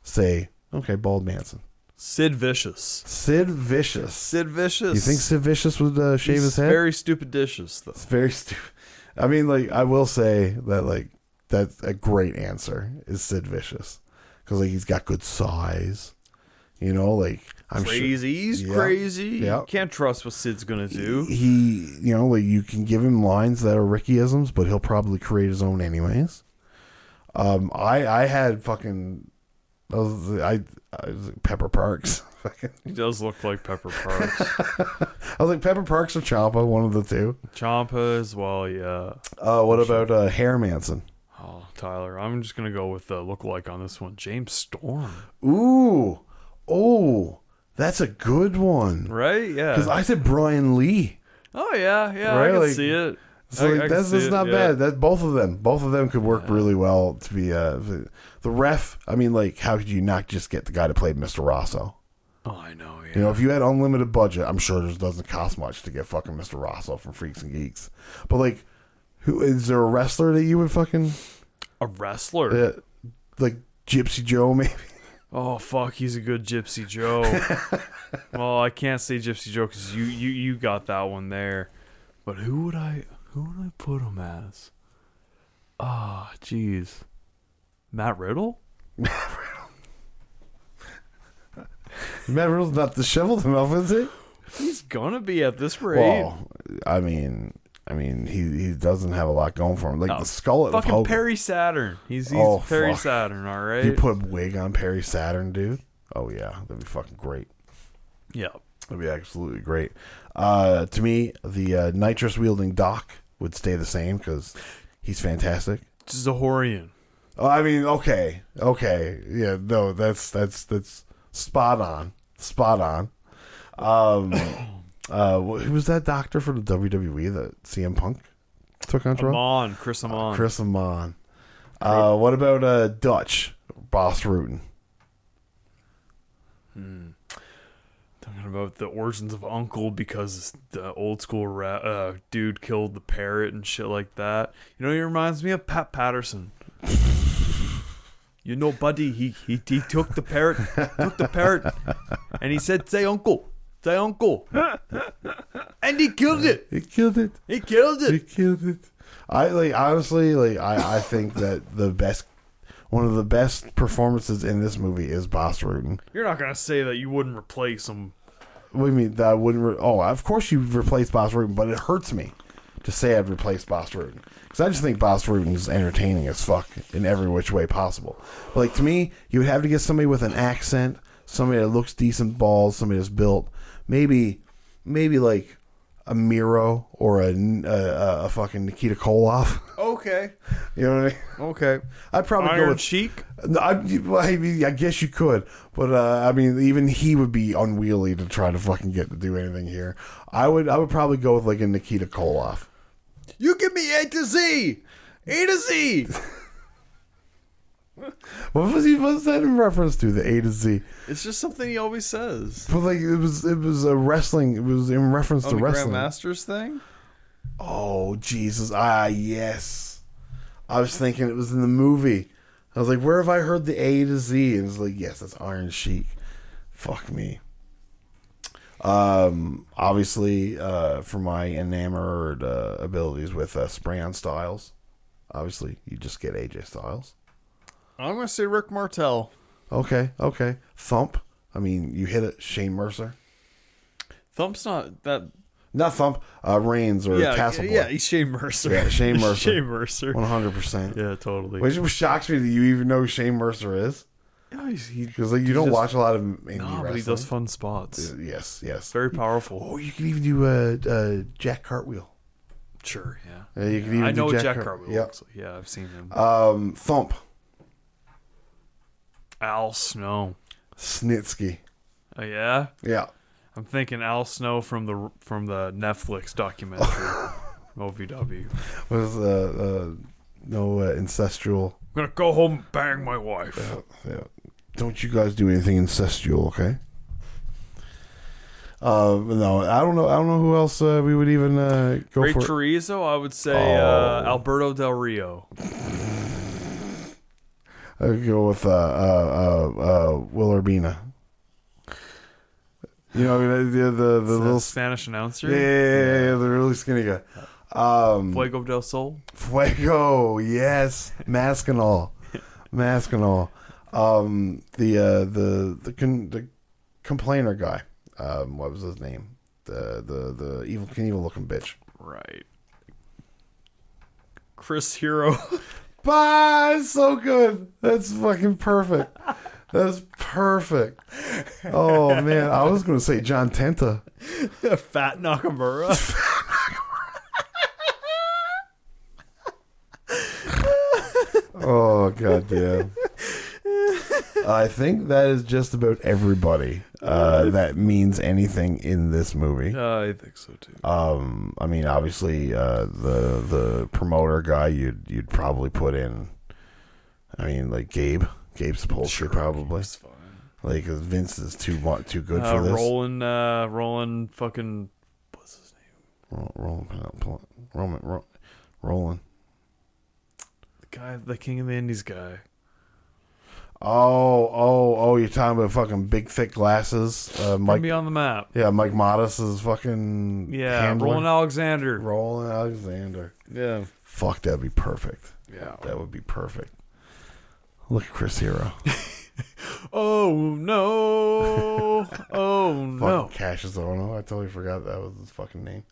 Speaker 1: say? Okay, bald Manson.
Speaker 2: Sid Vicious.
Speaker 1: Sid Vicious.
Speaker 2: Sid Vicious.
Speaker 1: You think Sid Vicious would uh, shave
Speaker 2: He's
Speaker 1: his head?
Speaker 2: Very stupidicious though.
Speaker 1: It's very stupid. I mean, like, I will say that, like, that's a great answer is Sid Vicious because, like, he's got good size. You know, like, I'm sure
Speaker 2: crazy. He's
Speaker 1: Yeah.
Speaker 2: crazy.
Speaker 1: Yeah.
Speaker 2: You can't trust what Sid's gonna do.
Speaker 1: he, you know, like, you can give him lines that are Rickyisms, but he'll probably create his own anyways. Um, I, I had fucking, I, was, I, I was like Pepper Parks. Fucking-
Speaker 2: He does look like Pepper Parks.
Speaker 1: I was like Pepper Parks or Champa, one of the two.
Speaker 2: Champa as well, yeah.
Speaker 1: Uh, what about uh, Hair Manson?
Speaker 2: Oh, Tyler, I'm just gonna go with the lookalike on this one. James Storm,
Speaker 1: Ooh, oh, that's a good one.
Speaker 2: right?
Speaker 1: Because
Speaker 2: Yeah.
Speaker 1: I said Brian Lee.
Speaker 2: oh yeah, yeah.
Speaker 1: Right,
Speaker 2: I can
Speaker 1: like-
Speaker 2: see it.
Speaker 1: So
Speaker 2: I-
Speaker 1: like,
Speaker 2: I can
Speaker 1: that's,
Speaker 2: see
Speaker 1: that's
Speaker 2: it,
Speaker 1: not
Speaker 2: yeah.
Speaker 1: bad. That both of them, both of them could work really well to be uh, the the ref. I mean, like, how could you not just get the guy to play Mr. Rosso?
Speaker 2: Oh, I know. Yeah.
Speaker 1: You know, if you had unlimited budget, I'm sure this doesn't cost much to get fucking Mr. Rosso from Freaks and Geeks. But like, who is there a wrestler that you would fucking
Speaker 2: A wrestler.
Speaker 1: uh, like Gypsy Joe maybe?
Speaker 2: Oh fuck, he's a good Gypsy Joe. well, I can't say Gypsy Joe because you, you you got that one there. But who would I who would I put him as? Ah, jeez, Matt Riddle.
Speaker 1: Matt Riddle's not disheveled enough, is he?
Speaker 2: He's gonna be at this rate.
Speaker 1: Well, I mean, I mean, he he doesn't have a lot going for him. Like
Speaker 2: No.
Speaker 1: the skull of
Speaker 2: Fucking
Speaker 1: Hogan.
Speaker 2: Perry Saturn. He's, he's
Speaker 1: Oh,
Speaker 2: Perry
Speaker 1: fuck.
Speaker 2: Saturn. All right.
Speaker 1: You put a wig on Perry Saturn, dude. Oh yeah, that'd be fucking great.
Speaker 2: yeah.
Speaker 1: That'd be absolutely great. Uh, to me, the uh, nitrous wielding Doc would stay the same because he's fantastic.
Speaker 2: Zahorian.
Speaker 1: Oh, I mean, okay, okay, yeah, no, that's that's that's spot on, spot on. Um, uh, wh- who was that doctor for the WWE that CM Punk took on? trial?
Speaker 2: Amon. Chris Amon.
Speaker 1: Chris Amon. Uh, what about uh, Dutch Boss Rutan?
Speaker 2: Hmm. Talking about the origins of Uncle because the old school ra- uh, dude killed the parrot and shit like that. You know, he reminds me of Pat Patterson. you know, buddy, he, he he took the parrot, took the parrot, and he said, "Say Uncle, say Uncle," and he killed it.
Speaker 1: He killed it.
Speaker 2: He killed
Speaker 1: He
Speaker 2: it.
Speaker 1: killed it. I like honestly like I, I think that the best one of the best performances in this movie is Boss Rutan.
Speaker 2: You're not gonna say that you wouldn't replace him.
Speaker 1: What do you mean that I wouldn't? Re- oh, of course you replaced Boss Rutan, but it hurts me to say I'd replace Boss Rutan because I just think Boss Rutan is entertaining as fuck in every which way possible. But like to me, you would have to get somebody with an accent, somebody that looks decent, balls, somebody that's built, maybe, maybe like a Miro or a a, a- a fucking Nikita Koloff.
Speaker 2: Okay.
Speaker 1: you know what I mean?
Speaker 2: Okay.
Speaker 1: I'd probably go
Speaker 2: Iron
Speaker 1: with.
Speaker 2: Cheek.
Speaker 1: No, I, well, I mean, I guess you could, but uh, I mean, even he would be unwieldy to try to fucking get to do anything here. I would, I would probably go with like a Nikita Koloff.
Speaker 2: You give me A to Z. A to Z.
Speaker 1: What was he? What was that in reference to the A to Z?
Speaker 2: It's just something he always says.
Speaker 1: But like, it was, it was a wrestling. It was in reference to
Speaker 2: Oh, the
Speaker 1: wrestling.
Speaker 2: Grandmasters thing?
Speaker 1: Oh Jesus! Ah, yes. I was thinking it was in the movie. I was like, where have I heard the A to Z? And it's like, yes, that's Iron Sheik. Fuck me. Um, obviously, uh, for my enamored uh, abilities with uh, spray on styles, obviously you just get AJ Styles.
Speaker 2: I'm gonna say Rick Martel.
Speaker 1: Okay, okay. Thump. I mean, you hit it. Shane Mercer.
Speaker 2: Thump's not that.
Speaker 1: Not Thump. Uh, Reigns or
Speaker 2: Yeah,
Speaker 1: Castle.
Speaker 2: yeah, he's Shane Mercer.
Speaker 1: Yeah, Shane Mercer.
Speaker 2: Shane Mercer.
Speaker 1: one hundred percent.
Speaker 2: Yeah, totally.
Speaker 1: Which shocks me that you even know who Shane Mercer is,
Speaker 2: Yeah, he's, he,
Speaker 1: because like you don't
Speaker 2: just-
Speaker 1: watch a lot of indie
Speaker 2: no, but he
Speaker 1: wrestling.
Speaker 2: does fun spots.
Speaker 1: Yes, yes.
Speaker 2: Very powerful.
Speaker 1: Oh, you could even do a uh, Jack Cartwheel.
Speaker 2: Sure, yeah.
Speaker 1: Uh, you could even
Speaker 2: I
Speaker 1: do
Speaker 2: know
Speaker 1: Jack
Speaker 2: Jack, Jack
Speaker 1: Car-
Speaker 2: Cartwheel.
Speaker 1: Yep.
Speaker 2: looks like. Yeah, I've seen him.
Speaker 1: Um, Thump
Speaker 2: Al Snow.
Speaker 1: Snitsky.
Speaker 2: Oh yeah,
Speaker 1: Yeah.
Speaker 2: I'm thinking Al Snow from the from the Netflix documentary OVW. I'm
Speaker 1: Was uh, uh no uh, ancestral.
Speaker 2: gonna go home and bang my wife.
Speaker 1: Yeah. Don't you guys do anything incestual, okay? Uh, no, I don't know. I don't know who else uh, we would even uh, go
Speaker 2: Ray
Speaker 1: for. Oh.
Speaker 2: Chorizo, I would say uh, Alberto Del Rio.
Speaker 1: I would go with uh, uh, uh, uh, Will Urbina. You know the the, the, the little
Speaker 2: That Spanish announcer.
Speaker 1: yeah, yeah, yeah, yeah, the really skinny guy. Um,
Speaker 2: Fuego del Sol.
Speaker 1: Fuego, yes, mask and all, mask and all. Um, the uh, the the con- the complainer guy. Um, what was his name? The the the evil Knievel looking bitch.
Speaker 2: Right. Chris Hero.
Speaker 1: Bye, so good. That's fucking perfect. That's perfect. Oh man, I was gonna say John Tenta.
Speaker 2: Fat Nakamura.
Speaker 1: Oh god damn. I think that is just about everybody uh, that means anything in this movie.
Speaker 2: Uh, I think so too.
Speaker 1: Um, I mean, obviously, uh, the the promoter guy, you'd you'd probably put in. I mean, like Gabe, Gabe Sapolsky probably.
Speaker 2: It's fine.
Speaker 1: Like 'cause Vince is too mu- too good
Speaker 2: Uh,
Speaker 1: for this.
Speaker 2: Roland, uh, Roland fucking. What's his name?
Speaker 1: Ro- Roland, Pol- Pol- Roman, Ro- Roland.
Speaker 2: The guy, the King of the Indies guy.
Speaker 1: Oh, oh, oh! You're talking about fucking big thick glasses, uh,
Speaker 2: Mike,
Speaker 1: Mike.
Speaker 2: be on the map.
Speaker 1: Yeah, Mike Modis is fucking
Speaker 2: Yeah,
Speaker 1: handler.
Speaker 2: Roland Alexander.
Speaker 1: Roland Alexander.
Speaker 2: yeah.
Speaker 1: Fuck, that'd be perfect.
Speaker 2: Yeah.
Speaker 1: That would be perfect. Look at Chris Hero.
Speaker 2: Oh no! oh
Speaker 1: Fucking
Speaker 2: no!
Speaker 1: Cassius Ono. I totally forgot that was his fucking name.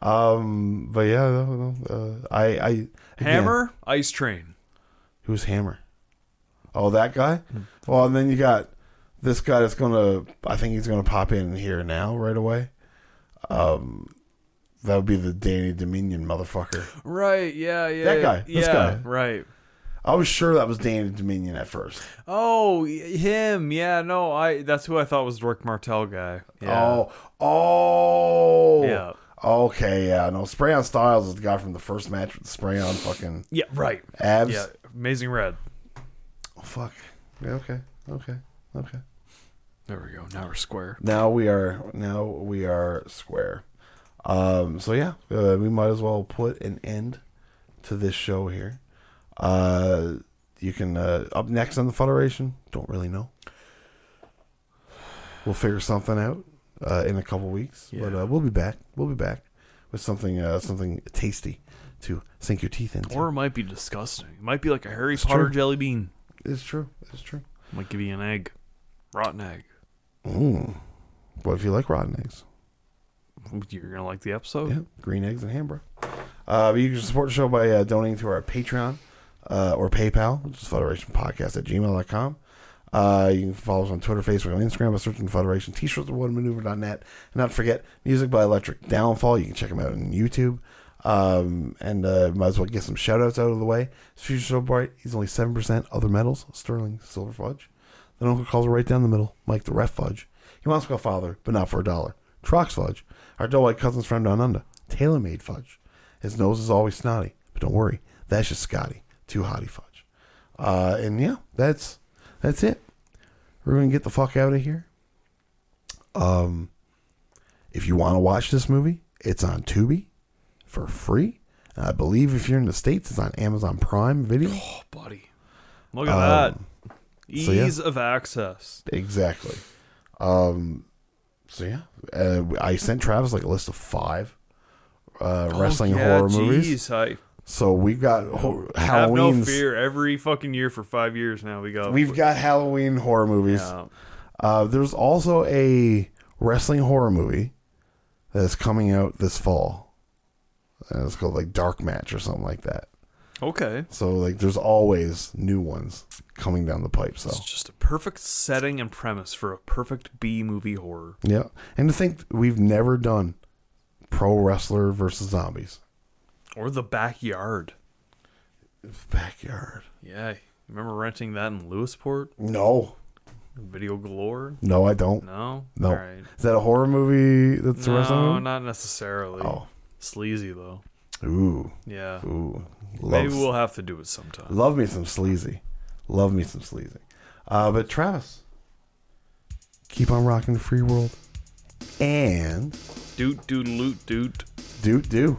Speaker 1: Um, but yeah, no, no, uh, I, I again,
Speaker 2: Hammer, Ice Train.
Speaker 1: Who's Hammer? Oh, that guy.
Speaker 2: Hmm.
Speaker 1: Well, and then you got this guy that's gonna. I think he's gonna pop in here now, right away. Um, that would be the Danny Dominion motherfucker.
Speaker 2: Right? Yeah, yeah.
Speaker 1: That guy,
Speaker 2: Yeah,
Speaker 1: this guy.
Speaker 2: Right.
Speaker 1: I was sure that was Danny Dominion at first.
Speaker 2: Oh, y- him. Yeah. No, I. That's who I thought was Rick Martel guy. Yeah.
Speaker 1: Oh, oh,
Speaker 2: Yeah.
Speaker 1: Okay, yeah, no. Spray on Styles is the guy from the first match with the spray on fucking
Speaker 2: Yeah. Right.
Speaker 1: abs.
Speaker 2: Yeah. Amazing Red.
Speaker 1: Oh, fuck. Yeah, okay. Okay. Okay.
Speaker 2: There we go. Now we're square.
Speaker 1: Now we are now we are square. Um so yeah, uh, we might as well put an end to this show here. Uh you can uh up next on the Federation, don't really know. We'll figure something out uh in a couple weeks, but
Speaker 2: Yeah.
Speaker 1: uh, we'll be back. We'll be back with something uh something tasty to sink your teeth into.
Speaker 2: Or it might be disgusting. It might be like a Harry
Speaker 1: It's
Speaker 2: Potter
Speaker 1: true.
Speaker 2: jelly bean.
Speaker 1: it's true. It's true.
Speaker 2: Might give you an egg, rotten egg.
Speaker 1: Mm. What if you like rotten eggs?
Speaker 2: You're gonna like the episode.
Speaker 1: Yeah, green eggs and ham, bro. Uh, but you can support the show by uh, donating to our Patreon uh, or PayPal, which is federationpodcast at gmail.com. Uh, you can follow us on Twitter, Facebook, and Instagram by searching Federation T-shirts at onemaneuver.net. And not to forget, music by Electric Downfall. You can check them out on YouTube. Um, and uh, might as well get some shout-outs out of the way. It's Future So Bright, he's only 7%. Other metals, Sterling, Silver Fudge. Then Uncle calls it right down the middle, Mike the Ref Fudge. He wants to call Father, but not for a dollar. Trox Fudge, our doe white cousin's friend down under. Tailor made fudge. His nose is always snotty, but don't worry, that's just Scotty. Too hotty fudge. Uh, and yeah, that's that's it. We're gonna get the fuck out of here. Um, if you want to watch this movie, it's on Tubi for free. And I believe if you're in the states, it's on Amazon Prime Video.
Speaker 2: Oh, buddy. Oh, Look at that.
Speaker 1: Um, so, yeah.
Speaker 2: Ease of access.
Speaker 1: Exactly. Um, so yeah, uh, I sent Travis like a list of five uh, wrestling
Speaker 2: Oh, yeah,
Speaker 1: horror movies.
Speaker 2: Geez, I
Speaker 1: So we've got ho-
Speaker 2: have no
Speaker 1: Halloween.
Speaker 2: fear. Every fucking year for five years now, we got
Speaker 1: We've got Halloween horror movies.
Speaker 2: Yeah.
Speaker 1: Uh, there's also a wrestling horror movie that's coming out this fall. Uh, it's called like Dark Match or something like that.
Speaker 2: Okay,
Speaker 1: So like, there's always new ones coming down the pipe. So
Speaker 2: it's just a perfect setting and premise for a perfect B movie horror.
Speaker 1: yeah, and to think we've never done pro wrestler versus zombies.
Speaker 2: Or the backyard.
Speaker 1: Backyard.
Speaker 2: Yeah, remember renting that in Lewisport?
Speaker 1: No,
Speaker 2: Video Galore.
Speaker 1: no, I don't.
Speaker 2: No,
Speaker 1: No.
Speaker 2: All right.
Speaker 1: Is that a horror movie? That's a wrestling
Speaker 2: No,
Speaker 1: movie.
Speaker 2: not necessarily.
Speaker 1: Oh,
Speaker 2: Sleazy though.
Speaker 1: ooh,
Speaker 2: Yeah,
Speaker 1: ooh.
Speaker 2: maybe
Speaker 1: Love,
Speaker 2: we'll have to do it sometime.
Speaker 1: love me some sleazy. Love me some sleazy. Uh, but Travis, keep on rocking the free world, and
Speaker 2: Doot doot loot doot.
Speaker 1: do do.